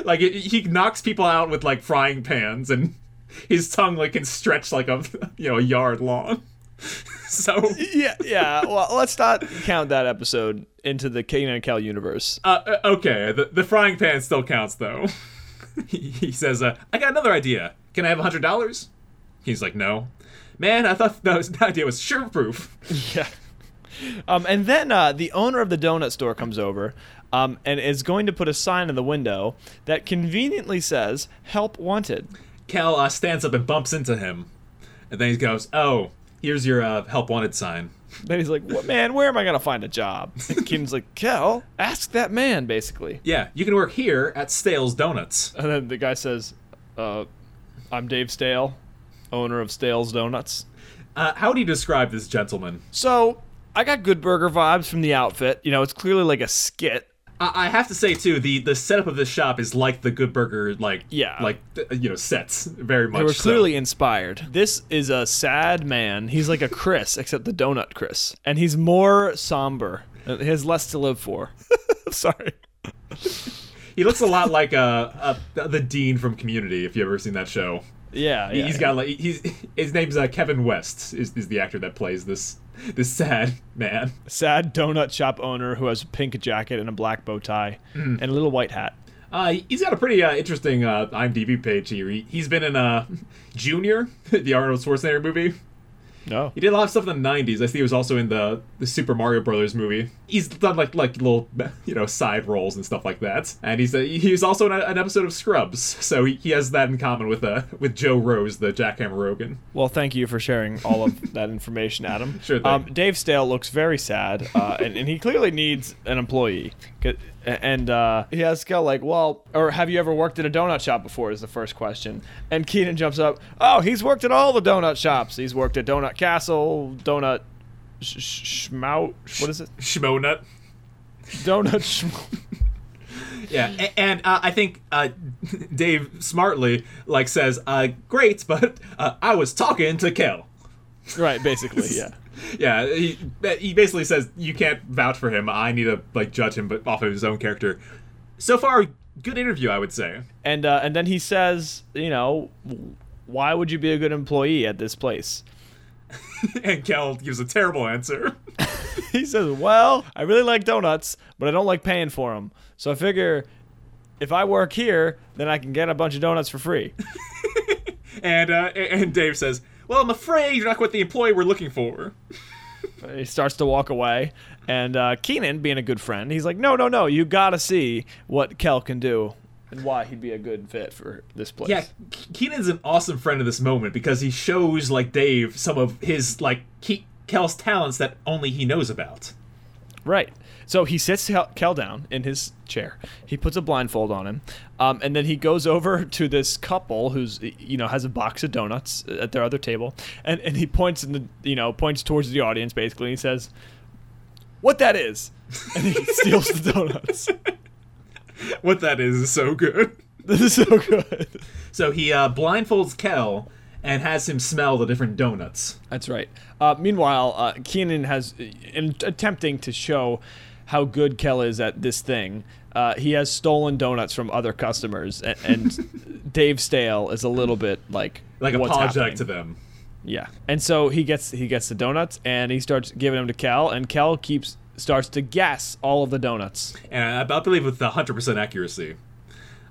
like it, he knocks people out with like frying pans and his tongue like can stretch like a you know a yard long. so Yeah, yeah. Well, let's not count that episode into the Kane and Kel universe. Uh, uh, okay, the, the frying pan still counts though. he, he says, uh, "I got another idea. Can I have a hundred dollars?" He's like, "No." Man, I thought that idea was sure-proof. Yeah. Um, and then uh, the owner of the donut store comes over um, and is going to put a sign in the window that conveniently says "Help Wanted." Cal uh, stands up and bumps into him, and then he goes, "Oh, here's your uh, help wanted sign." Then he's like, "What man? Where am I gonna find a job?" And Keenan's like, "Kel, ask that man." Basically, Yeah, you can work here at Stale's Donuts. and then the guy says, uh, "I'm Dave Stale, owner of Stale's Donuts." Uh, how do you describe this gentleman? So I got good burger vibes from the outfit. You know, it's clearly like a skit. I, I have to say too, the the setup of this shop is like the Good Burger, like Yeah. like uh, you know sets very much. They were so. clearly inspired. This is a sad man. He's like a Chris, except the donut Chris, and he's more somber. Uh, He has less to live for. Sorry. He looks a lot like uh, uh the dean from Community. If you've ever seen that show, Yeah, yeah. he's got like he's his name's uh, Kevin West is, is the actor that plays this this sad man. sad donut shop owner who has a pink jacket and a black bow tie and a little white hat. Uh, he's got a pretty uh, interesting uh, IMDb page here. He, he's been in uh, Junior, the Arnold Schwarzenegger movie. No. He did a lot of stuff in the '90s. I think he was also in the the Super Mario Brothers movie. He's done like like little you know side roles and stuff like that. And he's a, he was also in a, an episode of Scrubs, so he, he has that in common with uh with Joe Rose, the Jackhammer Rogan. Well, thank you for sharing all of that information, Adam. Sure thing. Um, Dave Stale looks very sad, uh, and, and he clearly needs an employee. 'Cause- And uh, he asks Kel, like, well, or have you ever worked at a donut shop before? Is the first question. And Keenan jumps up, oh, he's worked at all the donut shops. He's worked at Donut Castle, Donut sh- sh- Schmout. What is it? Schmonut. Donut Schmout. Yeah, a- and uh, I think uh, Dave smartly like says, uh, "Great, but uh, I was talking to Kel." Right, basically, yeah. Yeah, he, he basically says you can't vouch for him. I need to like judge him, but off of his own character. So far, good interview, I would say. and uh, and then he says, you know, why would you be a good employee at this place? And Kel gives a terrible answer. He says, well, I really like donuts, but I don't like paying for them. So I figure if I work here, then I can get a bunch of donuts for free. And uh, a- and Dave says, "Well, I'm afraid you're not quite the employee we're looking for." he starts to walk away, and uh, Keenan, being a good friend, he's like, no, no, no, you gotta see what Kel can do and why he'd be a good fit for this place. Yeah, Ke- Keenan's an awesome friend in this moment because he shows like Dave some of his like Ke- Kel's talents that only he knows about. Right. So he sits Hel- Kel down in his chair. He puts a blindfold on him, um, and then he goes over to this couple who's you know has a box of donuts uh, at their other table, and, and he points in the you know points towards the audience basically. And he says, "What that is," and he steals the donuts. What that is is so good. This is so good. So he uh, blindfolds Kel and has him smell the different donuts. That's right. Uh, meanwhile, uh, Keenan has, in attempting to show how good Kel is at this thing, uh, he has stolen donuts from other customers, and, and Dave Stale is a little bit like Like what's happening. apologetic to them. Yeah, and so he gets he gets the donuts, and he starts giving them to Kel, and Kel keeps starts to guess all of the donuts. And I, I believe with 100% accuracy.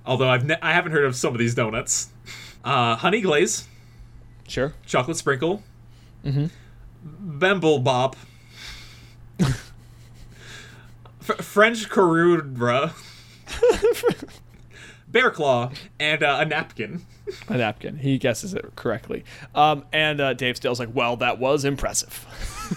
Although I've ne- I haven't heard of some of these donuts. Uh, honey glaze, Sure. chocolate sprinkle, mm-hmm. bemble bop, F- French carudra, bear claw, and uh, a napkin. A napkin. He guesses it correctly, um, and uh, Dave Stale's like, "Well, that was impressive."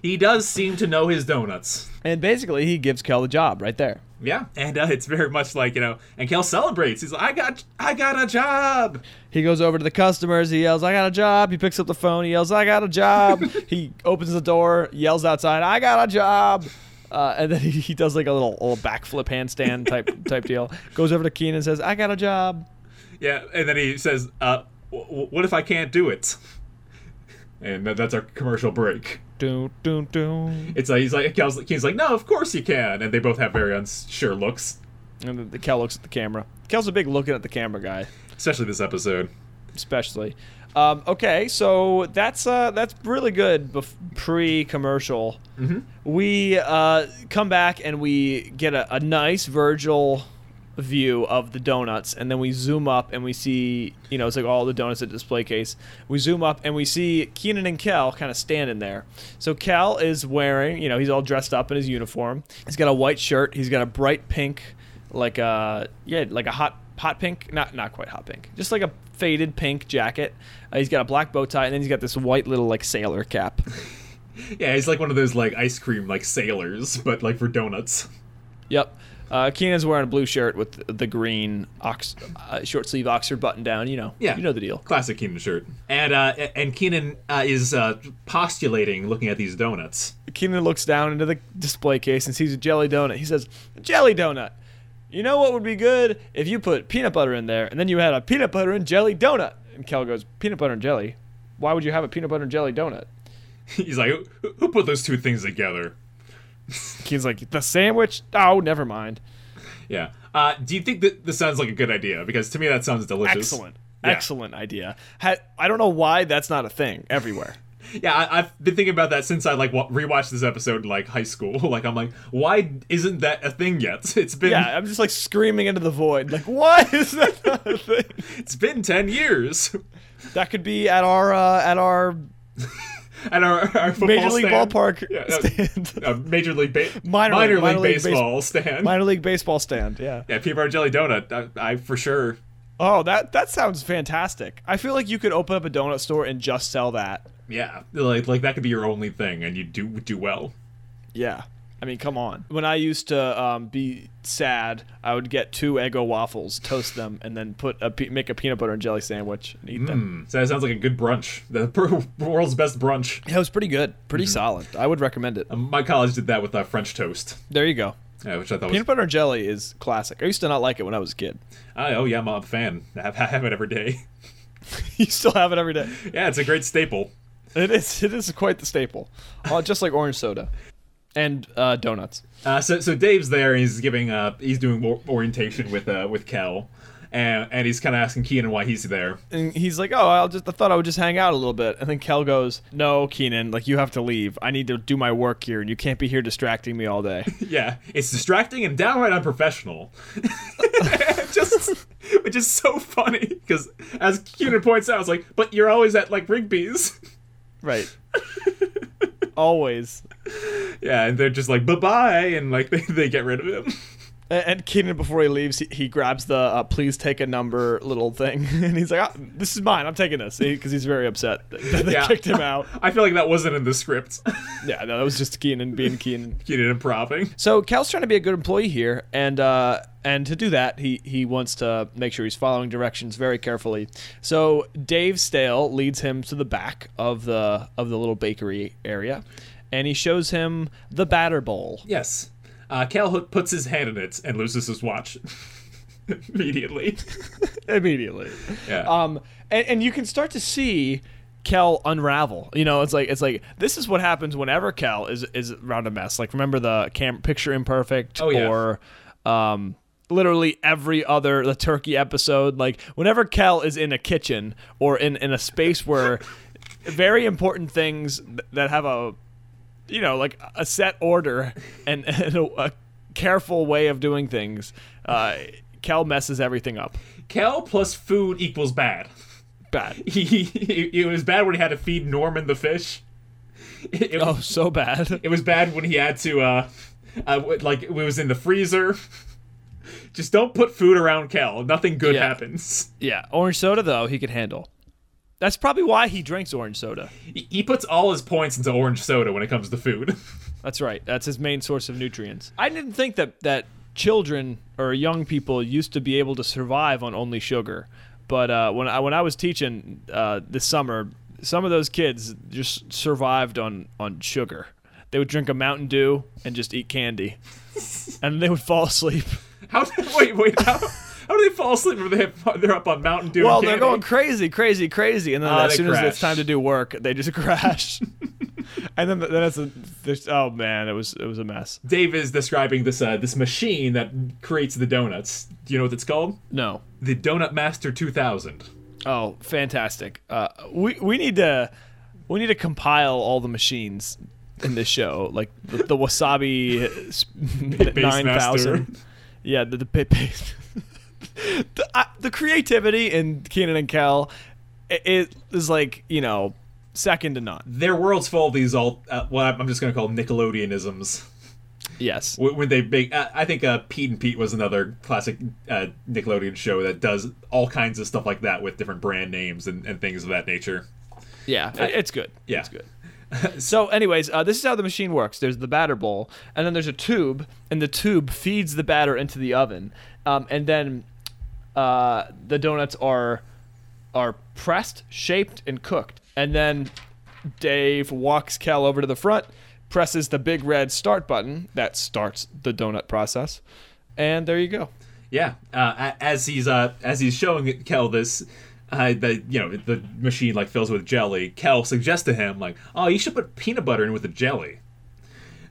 He does seem to know his donuts. And basically, he gives Kel the job right there. Yeah, and uh, it's very much like you know, and Kel celebrates. He's like, "I got, I got a job." He goes over to the customers. He yells, "I got a job." He picks up the phone. He yells, "I got a job." he opens the door, yells outside, "I got a job!" Uh, and then he, he does like a little, little backflip handstand type type deal. Goes over to Keenan and says, "I got a job." Yeah, and then he says, "Uh, w- w- what if I can't do it?" And that- that's our commercial break. Doo, doo, doo. It's like he's like Kel's, Keen's like, "No, of course you can," and they both have very unsure looks, And the, the Kel looks at the camera. Kel's a big looking at the camera guy, especially this episode. especially. Um, okay, so that's uh, that's really good bef- pre-commercial. We uh, come back and we get a, a nice Virgil view of the donuts, and then we zoom up and we see, you know, it's like all the donuts at display case. We zoom up and we see Keenan and Kel kind of standing there. So Kel is wearing, you know, he's all dressed up in his uniform. He's got a white shirt. He's got a bright pink, like a yeah, like a hot hot pink, not not quite hot pink, just like a faded pink jacket. Uh, he's got a black bow tie, and then he's got this white little like sailor cap. Yeah, he's like one of those like ice cream like sailors, but like for donuts. Yep. Uh, Keenan's wearing a blue shirt with the green ox, uh, short sleeve Oxford button down. You know, Yeah. you know the deal. Classic Keenan shirt. And uh, a- and Keenan uh, is uh, postulating, looking at these donuts. Keenan looks down into the display case and sees a jelly donut. He says, "Jelly donut. You know what would be good if you put peanut butter in there, and then you had a peanut butter and jelly donut." And Kel goes, "Peanut butter and jelly? Why would you have a peanut butter and jelly donut?" He's like, "Who- "Who put those two things together?" Keenan's like, "The sandwich? Oh, never mind. Yeah. Uh, do you think that this sounds like a good idea? Because to me, that sounds delicious. Excellent, Yeah. excellent idea. Ha- I don't know why that's not a thing everywhere." Yeah, I, I've been thinking about that since I like wa- rewatched this episode in like high school. Like, I'm like, why isn't that a thing yet? It's been Yeah, I'm just like screaming into the void. Like, why is that not a thing? it's been ten years. That could be at our uh, at our at our, our football Major League stand. Ballpark Yeah, uh, stand. uh, Major League ba- Minor minor, league- league, minor league base- baseball stand. Minor league baseball stand. Yeah. yeah, peanut butter jelly donut. uh, I, I for sure. Oh, that that sounds fantastic. I feel like you could open up a donut store and just sell that. Yeah, like like that could be your only thing, and you do do well. Yeah. I mean, come on. When I used to um, be sad, I would get two Eggo waffles, toast them, and then put a pe- make a peanut butter and jelly sandwich and eat them. Hmm. So that sounds like a good brunch. The per- world's best brunch. Yeah, it was pretty good, pretty Mm-hmm. solid. I would recommend it. My college did that with uh, French toast, There you go. uh, which I thought was. Peanut butter and jelly is classic. I used to not like it when I was a kid. I- oh yeah, I'm a fan. I have, I have it every day. you still have it every day. Yeah, it's a great staple. It is. It is quite the staple. Uh, just like orange soda, and uh, donuts. Uh, so so Dave's there. And he's giving uh he's doing or- orientation with uh with Kel, and and he's kind of asking Keenan why he's there. And he's like, "Oh, I'll just I thought I would just hang out a little bit." And then Kel goes, "No, Keenan, like you have to leave. I need to do my work here, and you can't be here distracting me all day." Yeah, it's distracting and downright unprofessional. just, which is so funny because, as Keenan points out, it's like, but you're always at like Rigby's. right. Always. Yeah, and they're just like bye bye, and like they, they get rid of him. A- And Keenan, before he leaves, he, he grabs the uh, "please take a number" little thing, and he's like, "Ah, "This is mine. I'm taking this," because he's very upset that they Yeah. kicked him out. I feel like that wasn't in the script. Yeah, no, that was just Keenan being Keenan. Keenan improving. So Cal's trying to be a good employee here, and uh, and to do that, he he wants to make sure he's following directions very carefully. So Dave Stale leads him to the back of the of the little bakery area, and he shows him the batter bowl. Yes, uh, Cal Hook puts his hand in it and loses his watch immediately. immediately. Yeah. Um, and, and you can start to see Kel unravel. You know, it's like it's like this is what happens whenever Kel is is around a mess. Like remember the cam picture imperfect Oh, yeah. or um literally every other the turkey episode like whenever kel is in a kitchen or in in a space where very important things th- that have a you know, like a set order and, and a, a careful way of doing things. Uh, Cal messes everything up. Cal plus food equals bad. Bad. He, he, he- it was bad when he had to feed Norman the fish. It, it- Oh, so bad. It was bad when he had to, uh, uh, w- like, it was in the freezer. Just don't put food around Cal. Nothing good Yeah. happens. Yeah. Orange soda, though, he could handle. That's probably why he drinks orange soda. He, he puts all his points into orange soda when it comes to food. That's right. That's his main source of nutrients. I didn't think that, that children or young people used to be able to survive on only sugar. But uh, when, I, when I was teaching uh, this summer, some of those kids just survived on, on sugar. They would drink a Mountain Dew and just eat candy. and they would fall asleep. How? Wait, wait. How, how do they fall asleep when they have, they're up on Mountain Dew? and Well, they're candy? going crazy, crazy, crazy, and then Ah, as they soon as crash. it's time to do work, they just crash. and then then it's a, there's, oh man, it was it was a mess. Dave is describing this uh, this machine that creates the donuts. Do you know what it's called? No, The Donut Master 2000. oh fantastic. Uh, we we need to we need to compile all the machines in this show, like the, the Wasabi Master. nine thousand. Yeah, the the pit paste. the, uh, the creativity in Keenan and Kel, i- it is like you know second to none. Their world's full of these all uh, what I'm just going to call Nickelodeonisms. Yes. When when they make, uh, I think uh, Pete and Pete was another classic uh, Nickelodeon show that does all kinds of stuff like that with different brand names and, and things of that nature. Yeah, it- it's good. yeah. it's good. so, anyways, uh, this is how the machine works. There's the batter bowl, and then there's a tube, and the tube feeds the batter into the oven, um, and then uh, the donuts are are pressed, shaped, and cooked. And then Dave walks Cal over to the front, presses the big red start button that starts the donut process, and there you go. Yeah, uh, a- as he's uh, as he's showing Kel this, uh, that you know the machine like fills with jelly. Kel suggests to him like, "Oh, you should put peanut butter in with the jelly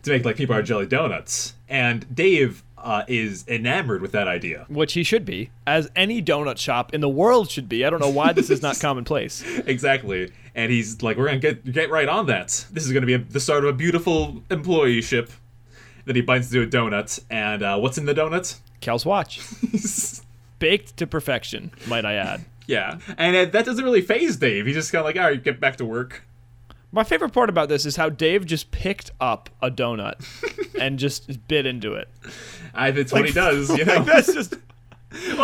to make like peanut butter jelly donuts." And Dave uh, is enamored with that idea. Which he should be, as any donut shop in the world should be. I don't know why this is not commonplace. exactly, and he's like, "We're gonna get get right on that. This is gonna be a, the start of a beautiful employeeship." Then he bites into a donut, and uh, what's in the donut? Cal's watch. Baked to perfection, might I add. yeah, and uh, that doesn't really phase Dave. He's just kind of like, "All right, get back to work." My favorite part about this is how Dave just picked up a donut and just bit into it. I, it's Uh, what he does, you know. Like, that's just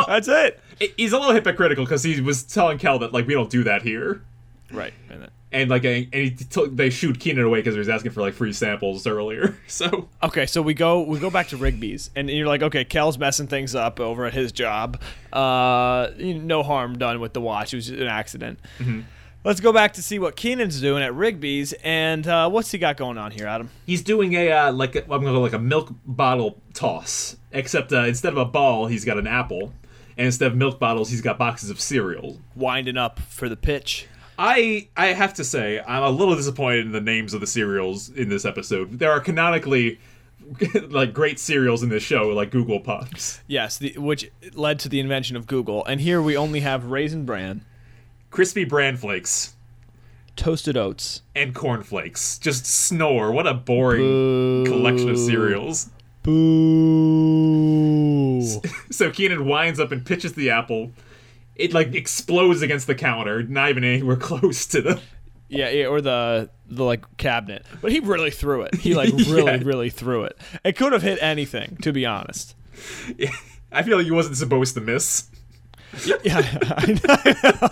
that's it. He's a little hypocritical because he was telling Cal that like we don't do that here, Right. And then, and like and he t- they shoot Keenan away because he was asking for like free samples earlier. So okay, so we go we go back to Rigby's, and you're like, okay, Kel's messing things up over at his job. Uh, you- no harm done with the watch; it was just an accident. Let's go back to see what Keenan's doing at Rigby's, and uh, what's he got going on here, Adam? he's doing a uh, like a, I'm gonna go like a milk bottle toss, except uh, instead of a ball, he's got an apple, and instead of milk bottles, he's got boxes of cereal. Winding up for the pitch. I I have to say I'm a little disappointed in the names of the cereals in this episode. There are canonically like great cereals in this show, like Google Pops, Yes, the, which led to the invention of Google, and here we only have raisin bran, crispy bran flakes, toasted oats. and cornflakes. Just snore. What a boring collection of cereals. Boo. So Keenan winds up and pitches the apple. It like explodes against the counter, not even anywhere close to the. Yeah, yeah, or the the like cabinet. But he really threw it. He like really, Yeah. really threw it. It could have hit anything, to be honest. I feel like he wasn't supposed to miss. Yeah, I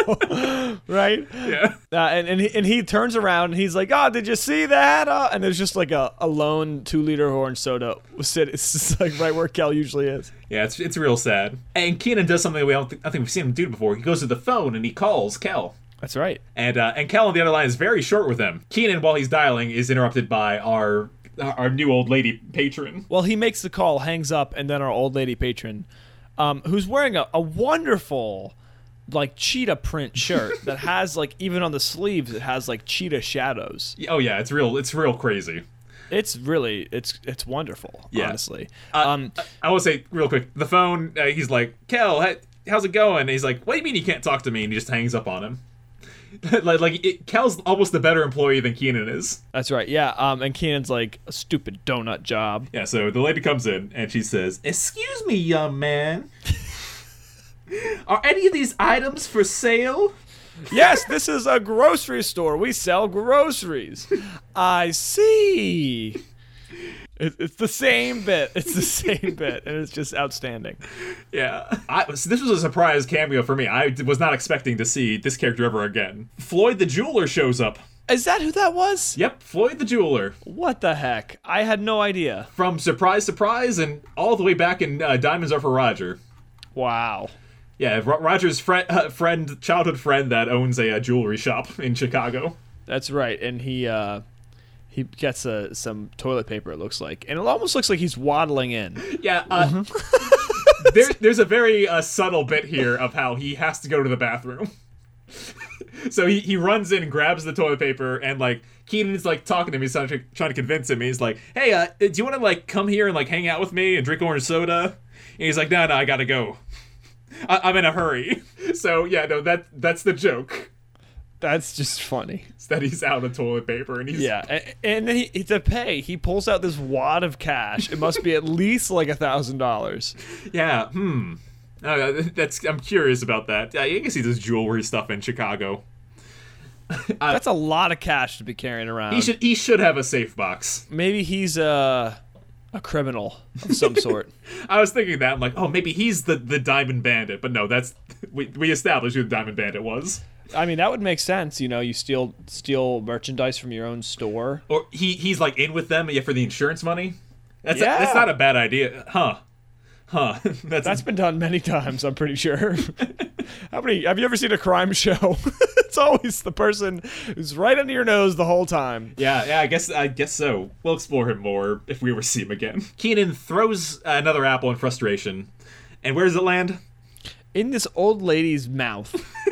know, right? Yeah. Uh, and and he, and he turns around and he's like, "Oh, did you see that?" Uh, and there's just like a, a lone two liter orange soda sitting, it's just like right where Kel usually is. Yeah, it's it's real sad. And Keenan does something we don't think, I think we've seen him do before. He goes to the phone and he calls Cal. That's right. And uh, and Cal on the other line is very short with him. Keenan, while he's dialing, is interrupted by our our new old lady patron. Well, he makes the call, hangs up, and then our old lady patron, um, who's wearing a, a wonderful, like cheetah print shirt that has like even on the sleeves it has like cheetah shadows. Oh yeah, it's real it's real crazy. It's really it's it's wonderful, Yeah. honestly. Uh, um, I will say real quick, the phone. Uh, he's like, "Kel, ha- how's it going?" And he's like, "What do you mean you can't talk to me?" And he just hangs up on him. like, like it, Kel's almost the better employee than Keenan is. that's right. Yeah. Um, and Keenan's like a stupid donut job. Yeah. So the lady comes in and she says, "Excuse me, young man, are any of these items for sale?" yes, this is a grocery store. We sell groceries. I see. It- It's the same bit. It's the same bit, and it's just outstanding. Yeah. I, so this was a surprise cameo for me. I was not expecting to see this character ever again. Floyd the jeweler shows up. Is that who that was? Yep, Floyd the jeweler. What the heck? I had no idea. From Surprise Surprise and all the way back in uh, Diamonds Are for Roger. Wow. Yeah, Ro- Roger's friend, uh, friend, childhood friend that owns a uh, jewelry shop in Chicago. That's right. And he uh he gets uh, some toilet paper it looks like. And it almost looks like he's waddling in. Yeah, uh, there, there's a very uh, subtle bit here of how he has to go to the bathroom. so he, he runs in and grabs the toilet paper and like Keenan's like talking to him. He's trying to, trying to convince him. He's like, "Hey, uh, do you want to like come here and like hang out with me and drink orange soda?" And he's like, "No, no, I gotta go. I, I'm in a hurry." So yeah, no, that that's the joke. That's just funny. It's that he's out of toilet paper and he's Yeah. And, and then he, to pay, he pulls out this wad of cash. It must be at least like a thousand dollars. Yeah. Hmm. Uh, that's. I'm curious about that. I guess he does jewelry stuff in Chicago. That's a lot of cash to be carrying around. He should. He should have a safe box. Maybe he's a a criminal of some sort. I was thinking that. I'm like, oh, maybe he's the the Diamond Bandit. But no, that's we we established who the Diamond Bandit was. I mean, that would make sense. You know, you steal steal merchandise from your own store. Or he he's like in with them yeah, for the insurance money. That's Yeah. that's not a bad idea, huh? Huh. that's That's been done many times, I'm pretty sure. How many have you ever seen a crime show? it's always the person who's right under your nose the whole time. Yeah, yeah, I guess I guess so. We'll explore him more if we ever see him again. Keenan throws another apple in frustration, and where does it land? In this old lady's mouth.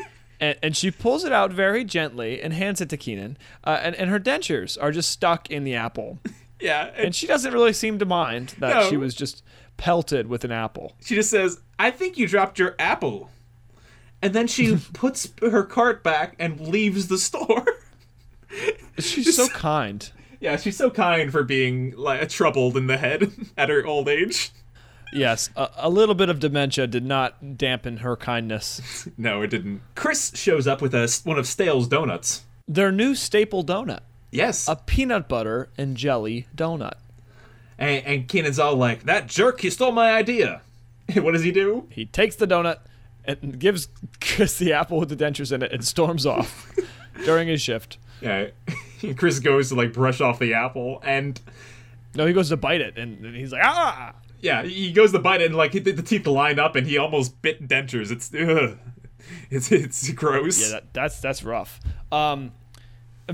And, and she pulls it out very gently and hands it to Keenan. Uh, and, and her dentures are just stuck in the apple. Yeah, And she doesn't really seem to mind that No. she was just pelted with an apple. She just says, I think you dropped your apple. And then she puts her cart back and leaves the store. She's so kind. yeah, she's so kind for being like troubled in the head at her old age. Yes, a, a little bit of dementia did not dampen her kindness. No, it didn't. Chris shows up with a, one of Stale's donuts. Their new staple donut. Yes. a peanut butter and jelly donut. And, and Keenan's all like, that jerk, he stole my idea. what does he do? He takes the donut and gives Chris the apple with the dentures in it and storms off during his shift. Yeah. Chris goes to like brush off the apple and No, he goes to bite it and, and he's like, ah! yeah, he goes to bite it and like the, the teeth line up and he almost bit dentures. It's ugh. it's it's gross. Yeah, that, that's that's rough. Um,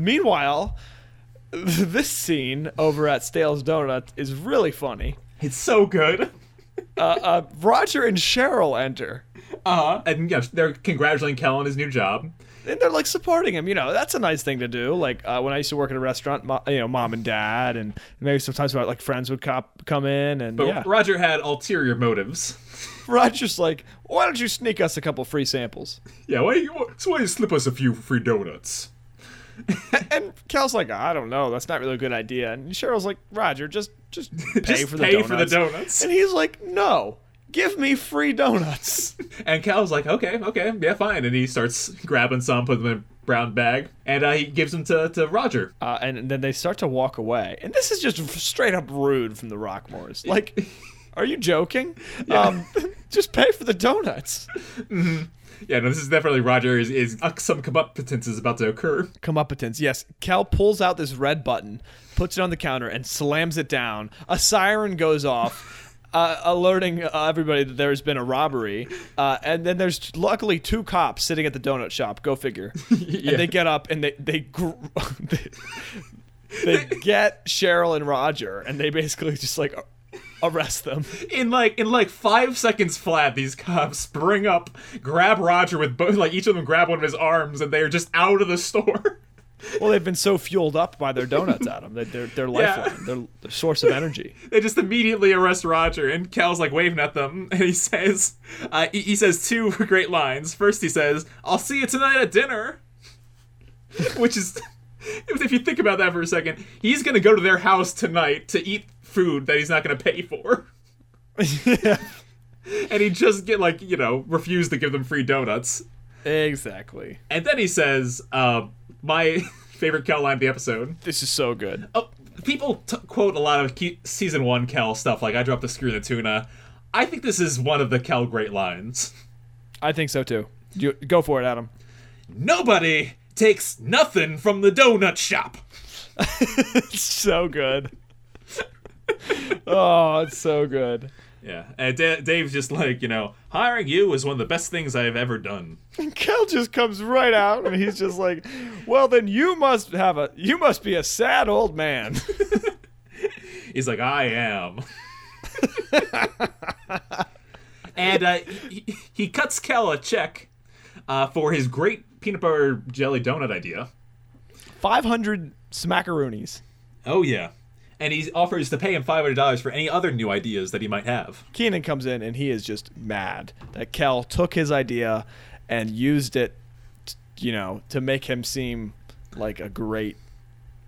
meanwhile, this scene over at Stale's Donut is really funny. it's so good. Roger and Cheryl enter. Uh-huh. And yeah, they're congratulating Kel on his new job. and they're like supporting him. You know, that's a nice thing to do. Like uh, when I used to work at a restaurant, mo- you know, mom and dad, and maybe sometimes my, like friends would cop come in, and But yeah. Roger had ulterior motives. Roger's like, why don't you sneak us a couple free samples? Yeah, why you so why you slip us a few free donuts? And Cal's like, I don't know, that's not really a good idea. And Cheryl's like, Roger, just just pay Just for the pay donuts. for the donuts. And he's like, no, give me free donuts. And Cal's like, okay, okay, yeah, fine. And he starts grabbing some, putting them in a brown bag, and uh, he gives them to, to Roger. uh, and then they start to walk away. And this is just straight up rude from the Rockmores. Like, are you joking? Um, just pay for the donuts. Yeah, no, this is definitely Roger is, is uh, some comeuppance is about to occur. comeuppance. Yes, Cal pulls out this red button, puts it on the counter, and slams it down. A siren goes off, uh, alerting uh, everybody that there's been a robbery. Uh, and then there's luckily two cops sitting at the donut shop. Go figure. And they get up and they they. Gr- they they get Cheryl and Roger, and they basically just like arrest them. In like in like five seconds flat, these cops spring up, grab Roger with both like each of them grab one of his arms, and they are just out of the store. Well, they've been so fueled up by their donuts, Adam. That they're their lifeline, their, their source of energy. they just immediately arrest Roger, and Cal's like waving at them, and he says, uh, he, he says two great lines. First, he says, "I'll see you tonight at dinner," which is, if you think about that for a second, he's gonna go to their house tonight to eat food that he's not gonna pay for, and he just get like you know refused to give them free donuts, exactly. and then he says, uh, "My favorite Cal line of the episode." This is so good. Oh, people t- quote a lot of key- season one Cal stuff, like "I dropped the screw in the tuna." I think this is one of the Cal great lines. I think so too. You, go for it, Adam. Nobody takes nothing from the donut shop. It's so good. oh, it's so good. Yeah, and Da- Dave's just like, you know, hiring you is one of the best things I have ever done. Kel just comes right out and he's just like, "Well, then you must have a you must be a sad old man." He's like, I am. and uh, he, he cuts Cal a check uh, for his great peanut butter jelly donut idea. 500 smackaroonies. Oh yeah. And he offers to pay him five hundred dollars for any other new ideas that he might have. Keenan comes in and he is just mad that Kel took his idea and used it, t- you know, to make him seem like a great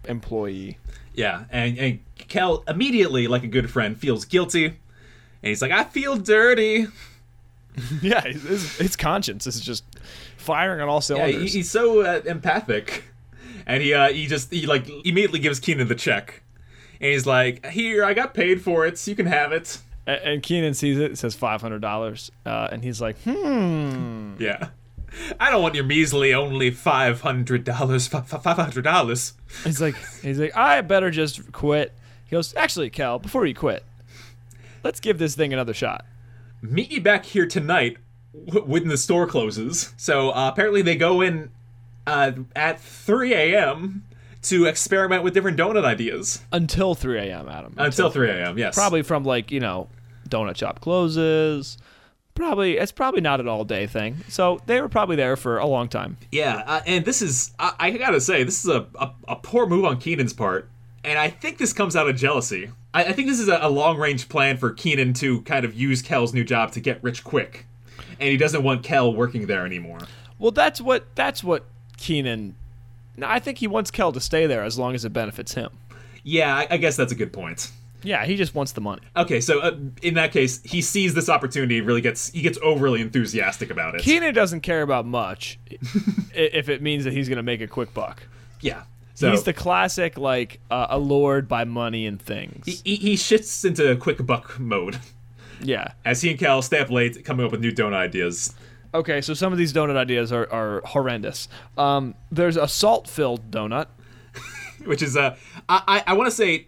employee. Yeah, and and Kel immediately, like a good friend, feels guilty, and he's like, "I feel dirty." Yeah, his- his, his conscience is just firing on all Yeah, cylinders. he, he's so uh, empathic, and he uh, he just he like immediately gives Keenan the check, and he's like, "Here, I got paid for it. You can have it." A- And Keenan sees it, it says five hundred dollars, uh, and he's like, "Hmm, Yeah, I don't want your measly only five hundred dollars. Five hundred dollars. he's like, he's like, I better just quit." He goes, "Actually, Cal, before you quit, let's give this thing another shot." meet you back here tonight w- when the store closes. So uh, apparently they go in uh, at 3 a.m. to experiment with different donut ideas Until three a.m., Adam. until 3 a.m. Yes, probably from like you know, donut shop closes. Probably it's probably not an all day thing. So they were probably there for a long time. Yeah, uh, and this is I, I gotta say this is a, a a poor move on Keenan's part, and I think this comes out of jealousy. I, I think this is a, a long range plan for Keenan to kind of use Kel's new job to get rich quick, and he doesn't want Kel working there anymore. Well, that's what that's what Keenan. No, I think he wants Kel to stay there as long as it benefits him. Yeah, I, I guess that's a good point. Yeah, he just wants the money. Okay, so uh, in that case, he sees this opportunity and really gets he gets overly enthusiastic about it. Keenan doesn't care about much i- if it means that he's going to make a quick buck. yeah. So He's the classic, like uh, allured by money and things. he, he shifts into quick buck mode yeah. as he and Cal stay up late coming up with new donut ideas. Okay, so some of these donut ideas are, are horrendous. Um, there's a salt-filled donut. which is uh, I, I, I want to say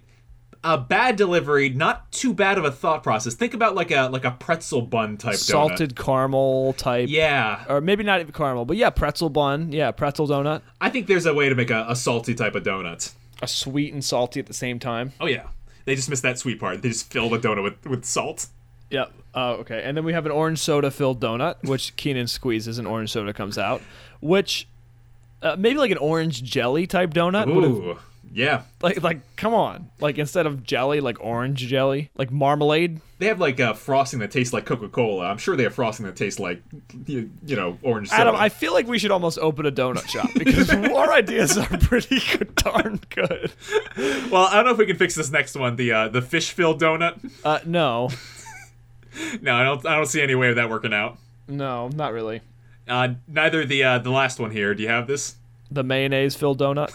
a bad delivery, not too bad of a thought process. Think about like a like a pretzel bun type donut. salted caramel type. Yeah, Or maybe not even caramel, but yeah, pretzel bun. Yeah, pretzel donut. I think there's a way to make a, a salty type of donut. A sweet and salty at the same time. Oh yeah, they just missed that sweet part. They just fill the donut with with salt. Yep. Uh, okay. And then we have an orange soda filled donut, which Keenan squeezes and orange soda comes out, which uh, maybe like an orange jelly type donut. would've- Ooh, yeah. Like, like, come on. Like instead of jelly, like orange jelly, like marmalade. They have like uh, frosting that tastes like Coca Cola. I'm sure they have frosting that tastes like you, you know orange. Adam, soda. I feel like we should almost open a donut shop because our ideas are pretty good, darn good. well, I don't know if we can fix this next one. The uh, the fish filled donut. Uh, no, No, I don't. I don't see any way of that working out. no, not really. Uh, neither the uh, the last one here. Do you have this? The mayonnaise filled donut.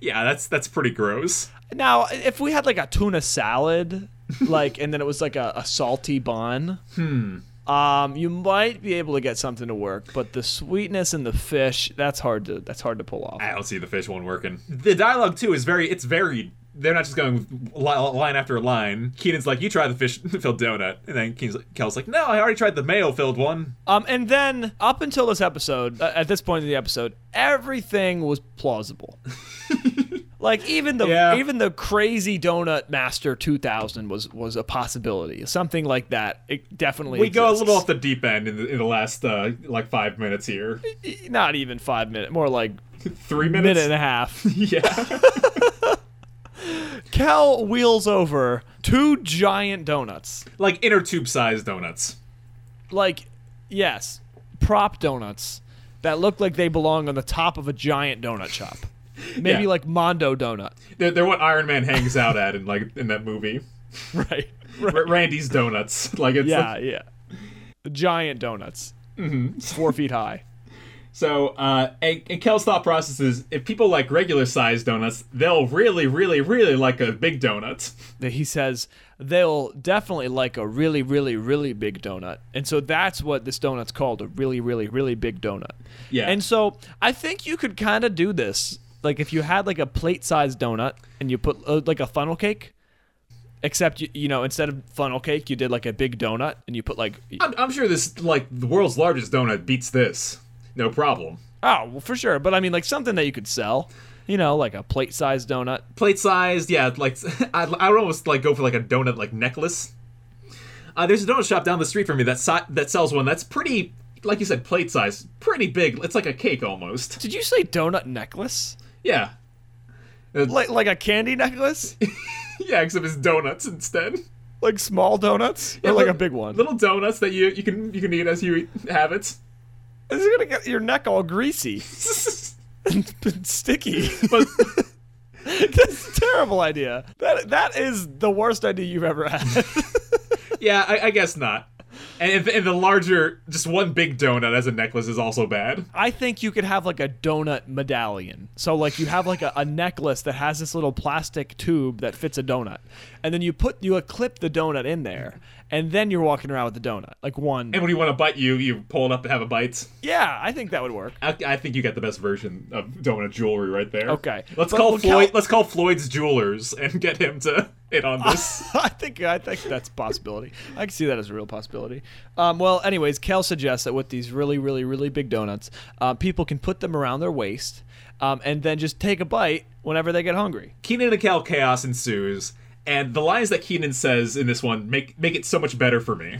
yeah, that's that's pretty gross. Now, if we had like a tuna salad, like, and then it was like a, a salty bun, hmm. um, you might be able to get something to work. But the sweetness and the fish, that's hard to that's hard to pull off. I don't see the fish one working. The dialogue too is very it's varied. They're not just going li- line after line. Keenan's like, "You try the fish filled donut," and then Keenan's like, Kel's like, "No, I already tried the mayo filled one." Um, and then up until this episode, uh, at this point in the episode, everything was plausible. like even the Yeah. even the crazy donut master 2000 was was a possibility. Something like that. It definitely We go a exists. little off the deep end in the, in the last uh, like five minutes here, not even 5 minutes, more like three minutes. minute and a half. Yeah, Cal wheels over two giant donuts. like inner tube sized donuts. Like, yes, prop donuts that look like they belong on the top of a giant donut shop. Maybe Yeah. like Mondo Donut. They're, they're what Iron Man hangs out at in like in that movie. Right. R- Randy's donuts. Like it's Yeah, yeah. Mm-hmm. Giant donuts. Four feet high. So, uh, and, and Kel's thought process is if people like regular sized donuts, they'll really, really, really like a big donut. That He says they'll definitely like a really, really, really big donut. And so that's what this donut's called a really, really, really big donut. Yeah. And so I think you could kind of do this. Like if you had like a plate sized donut and you put uh, like a funnel cake, except, you, you know, instead of funnel cake, you did like a big donut and you put like, I'm, I'm sure this, like, the world's largest donut beats this. No problem. oh, well, for sure. But I mean, like something that you could sell, you know, like a plate sized donut. Plate sized, yeah, like, I'd, I would almost, like, go for, like, a donut, like, necklace. Uh, there's a donut shop down the street from me that, si- that sells one that's pretty, like you said, plate sized, pretty big. It's like a cake almost. Did you say donut necklace? Yeah. Like like a candy necklace? Yeah, except it's donuts instead. like small donuts? Or like a big one? Little donuts that you, you can you can eat as you eat, have it. This is gonna get your neck all greasy and sticky. But That's a terrible idea. That that is the worst idea you've ever had. Yeah, I, I guess not. And, if, and the larger, just one big donut as a necklace is also bad. I think you could have like a donut medallion. So like you have like a, a necklace that has this little plastic tube that fits a donut, and then you put you clip the donut in there, and then you're walking around with the donut like one. And when you want to bite you, you pull it up and have a bite. Yeah, I think that would work. I, I think you got the best version of donut jewelry right there. Okay. Let's But call we'll Floyd. count- let's call Floyd's Jewelers and get him to hit on this. I think I think that's a possibility. I can see that as a real possibility. Um, well, anyways, Kel suggests that with these really, really, really big donuts, uh, people can put them around their waist um, and then just take a bite whenever they get hungry. Keenan and Cal chaos ensues, and the lines that Keenan says in this one make make it so much better for me.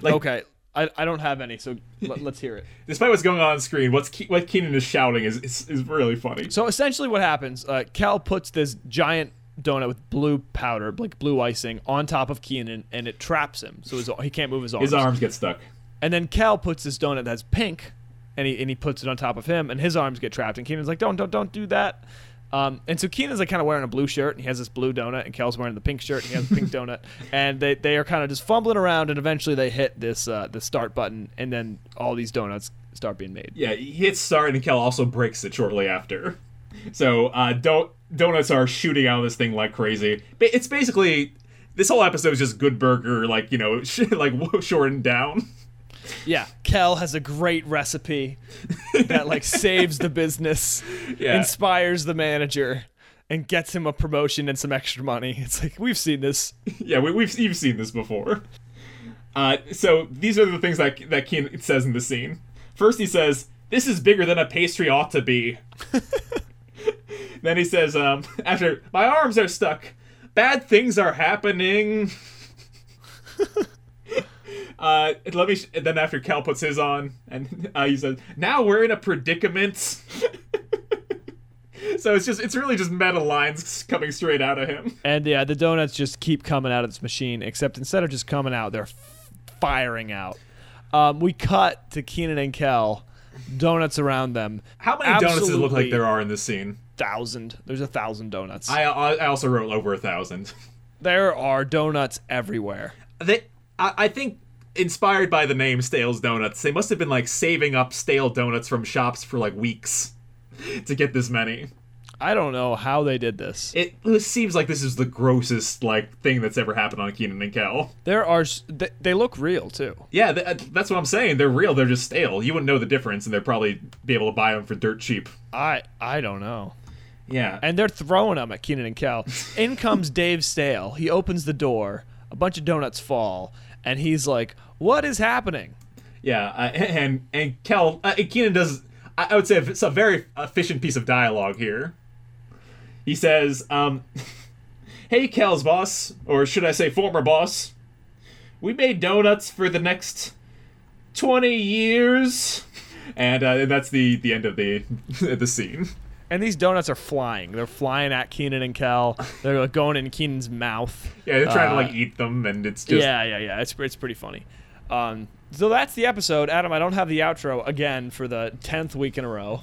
Like, Okay, I, I don't have any, so let, let's hear it. despite what's going on on screen, what's Ke- what Keenan is shouting is is, is really funny. So essentially, what happens? Uh, Cal puts this giant donut with blue powder, like blue icing, on top of Keenan, and it traps him, so his, he can't move his arms. His arms get stuck. And then Cal puts this donut that's pink, and he and he puts it on top of him, and his arms get trapped. And Keenan's like, "Don't, don't, don't do that." Um, and so Keenan's like kind of wearing a blue shirt, and he has this blue donut, and Cal's wearing the pink shirt, and he has the pink donut, and they, they are kind of just fumbling around, and eventually they hit this uh, the start button, and then all these donuts start being made. Yeah, he hits Star and Kel also breaks it shortly after. So uh, do- donuts are shooting out of this thing like crazy. Ba- It's basically this whole episode is just Good Burger, like you know, like shortened down. Yeah, Kel has a great recipe that like saves the business, Yeah. inspires the manager, and gets him a promotion and some extra money. It's like we've seen this. yeah, we, we've you've seen this before. Uh, so these are the things that that Keen says in the scene. First, he says, "This is bigger than a pastry ought to be." then he says, um, "After my arms are stuck, bad things are happening." uh, let me. Sh- and then after Cal puts his on, and uh, he says, "Now we're in a predicament." so it's just it's really just meta lines coming straight out of him. And yeah, the donuts just keep coming out of this machine, except instead of just coming out, they're f- firing out. Um, we cut to Keenan and Kel, donuts around them. How many donuts does it look like Absolutely there are in this scene? Thousand. There's a thousand donuts. I I I also wrote over a thousand. there are donuts everywhere. They, I, I think, inspired by the name Stale's Donuts, they must have been like saving up stale donuts from shops for like weeks to get this many. I don't know how they did this. It, it seems like this is the grossest like thing that's ever happened on Keenan and Kel. There are. s- They, they look real too. Yeah, th- uh, that's what I'm saying. They're real. They're just stale. You wouldn't know the difference, and they'd probably be able to buy them for dirt cheap. I I don't know. Yeah. and they're throwing them at Keenan and Kel. In comes Dave Stale. He opens the door. A bunch of donuts fall, and he's like, "What is happening?" Yeah, uh, and and Kel uh, and Keenan does. I, I would say it's a very efficient piece of dialogue here. He says, um, "Hey, Kel's boss, or should I say former boss? We made donuts for the next twenty years." And, uh, and that's the, the end of the the scene. And these donuts are flying. They're flying at Keenan and Kel. They're like, going in Keenan's mouth. Yeah, they're trying Uh, to like eat them, and it's just yeah, yeah, yeah. It's it's pretty funny. Um, so that's the episode, Adam. I don't have the outro again for the tenth week in a row.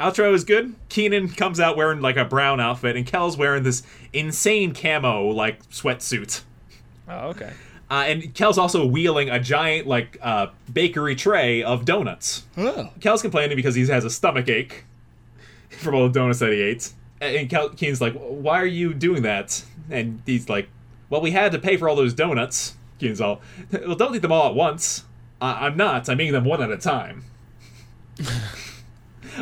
Outro is good. Keenan comes out wearing like a brown outfit, and Kel's wearing this insane camo like sweatsuit. Oh, okay. Uh, and Kel's also wheeling a giant, like, uh, bakery tray of donuts. Oh. Kel's complaining because he has a stomach ache from all the donuts that he ate. And Kel- Keen's like, "Why are you doing that?" And he's like, "Well, we had to pay for all those donuts." Keen's all, "Well, don't eat them all at once. I- I'm not. I'm eating them one at a time."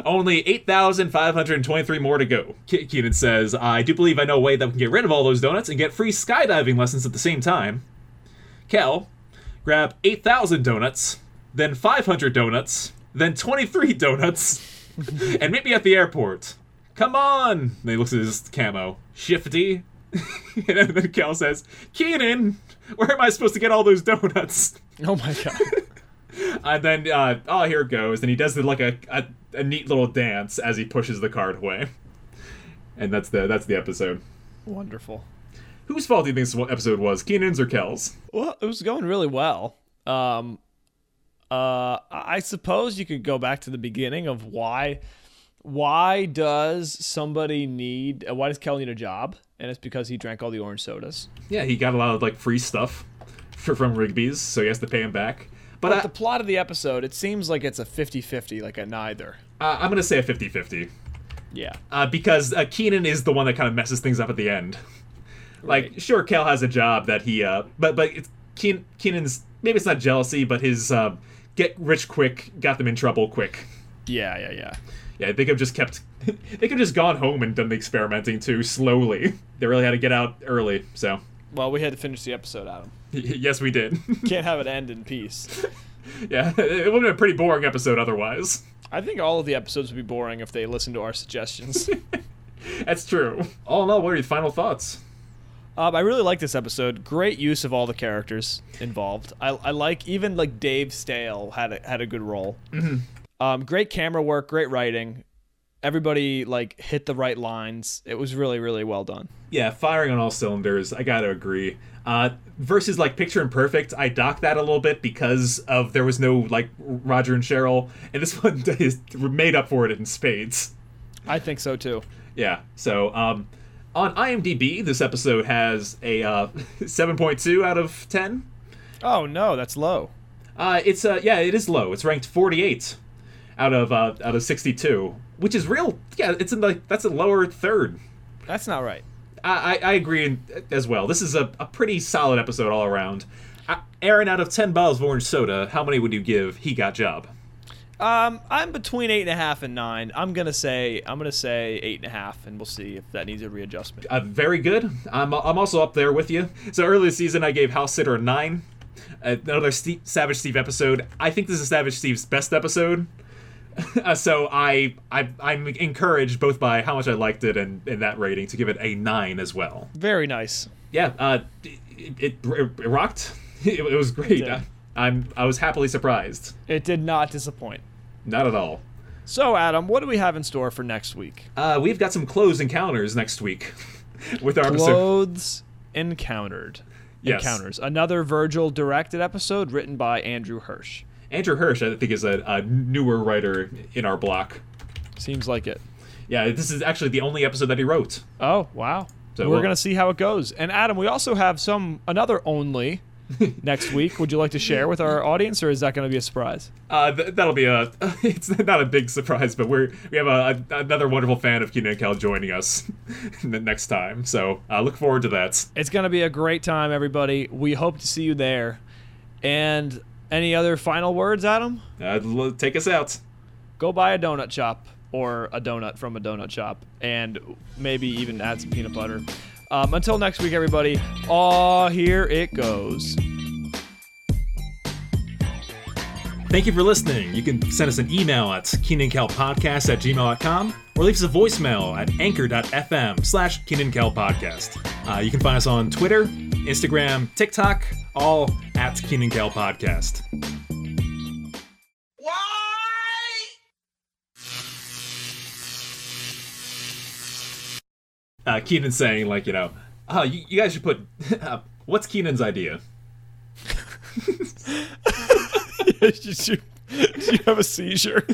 Only 8,523 more to go. Ke- Keenan says, I do believe I know a way that we can get rid of all those donuts and get free skydiving lessons at the same time. Kel, grab 8,000 donuts, then 500 donuts, then 23 donuts, and meet me at the airport. Come on! And he looks at his camo. Shifty. and then Kel says, Keenan, where am I supposed to get all those donuts? Oh my god. And then, uh, oh, here it goes. And he does the, like a, a, a neat little dance as he pushes the card away. And that's the that's the episode. Wonderful. Whose fault do you think this episode was? Keenan's or Kel's? Well, it was going really well. Um, uh, I I suppose you could go back to the beginning of why why does somebody need uh, why does Kel need a job? And it's because he drank all the orange sodas. Yeah, he got a lot of like free stuff for, from Rigby's, so he has to pay him back. But, But the plot of the episode, it seems like it's a 50-50, like a neither. I, I, I'm gonna say a 50-50 Yeah. uh, because uh, Keenan is the one that kind of messes things up at the end. Like, Right. sure, Kel has a job that he, uh, but but it's Keen, Keenan's maybe it's not jealousy, but his uh, get rich quick got them in trouble quick. Yeah, yeah, yeah. Yeah, they could have just kept. they could have just gone home and done the experimenting too slowly. They really had to get out early, so. Well, we had to finish the episode, Adam. Yes, we did. Can't have it end in peace. yeah, it would have been a pretty boring episode otherwise. I think all of the episodes would be boring if they listened to our suggestions. That's true. All in all, what are your final thoughts? Um, I really like this episode. Great use of all the characters involved. I, I like even like Dave Stale had a, had a good role. Um, great camera work, great writing. Everybody like hit the right lines. It was really really well done. Yeah, firing on all cylinders. I gotta agree. Uh, versus like Picture Imperfect, I docked that a little bit because of there was no like Roger and Cheryl, and this one is made up for it in spades. I think so too. Yeah. So um, on IMDb, this episode has a uh, 7.2 out of 10. Oh no, that's low. Uh, it's uh, yeah, it is low. It's ranked 48 out of uh, out of 62, which is real. Yeah, it's in like that's a lower third. That's not right. I, I I agree as well. This is a, a pretty solid episode all around. Uh, Aaron, out of 10 bottles of orange soda, how many would you give He Got Job? Um, I'm between eight and a half and nine. I'm gonna say I'm gonna say eight and a half, and we'll see if that needs a readjustment. Uh, very good. I'm, I'm also up there with you. So earlier this season, I gave House Sitter a nine. Uh, another Steve, Savage Steve episode. I think this is Savage Steve's best episode. uh, so I, I I'm encouraged both by how much I liked it and, and that rating to give it a nine as well. Very nice. Yeah, uh, it, it, it rocked. It, it was great. did. I, I'm I was happily surprised. It did not disappoint. Not at all. So Adam, what do we have in store for next week? Uh, we've got some close encounters next week with our episode. Clothes encountered. Yes. Encounters. Another Virgil directed episode written by Andrew Hirsch. Andrew Hirsch, I think, is a, a newer writer in our block. Seems like it. Yeah, this is actually the only episode that he wrote. Oh wow. So We're we'll- gonna see how it goes. And Adam, we also have some another only next week. Would you like to share with our audience, or is that gonna be a surprise? Uh, th- that'll be a. It's not a big surprise, but we're we have a, a, another wonderful fan of Keenan and Kel joining us the next time. So uh, look forward to that. It's going to be a great time, everybody. We hope to see you there. And any other final words, Adam? Uh, l- take us out. Go buy a donut shop or a donut from a donut shop and maybe even add some peanut butter. Um, until next week, everybody. Oh, here it goes. Thank you for listening. You can send us an email at keenancalpodcast at gmail.com or leave us a voicemail at anchor.fm slash keenancalpodcast. Uh, you can find us on Twitter, Instagram, TikTok, all at keenancalpodcast. Podcast. Why? uh, Keenan saying like you know, oh, you, you guys should put uh, what's Keenan's idea? did, you, did you have a seizure?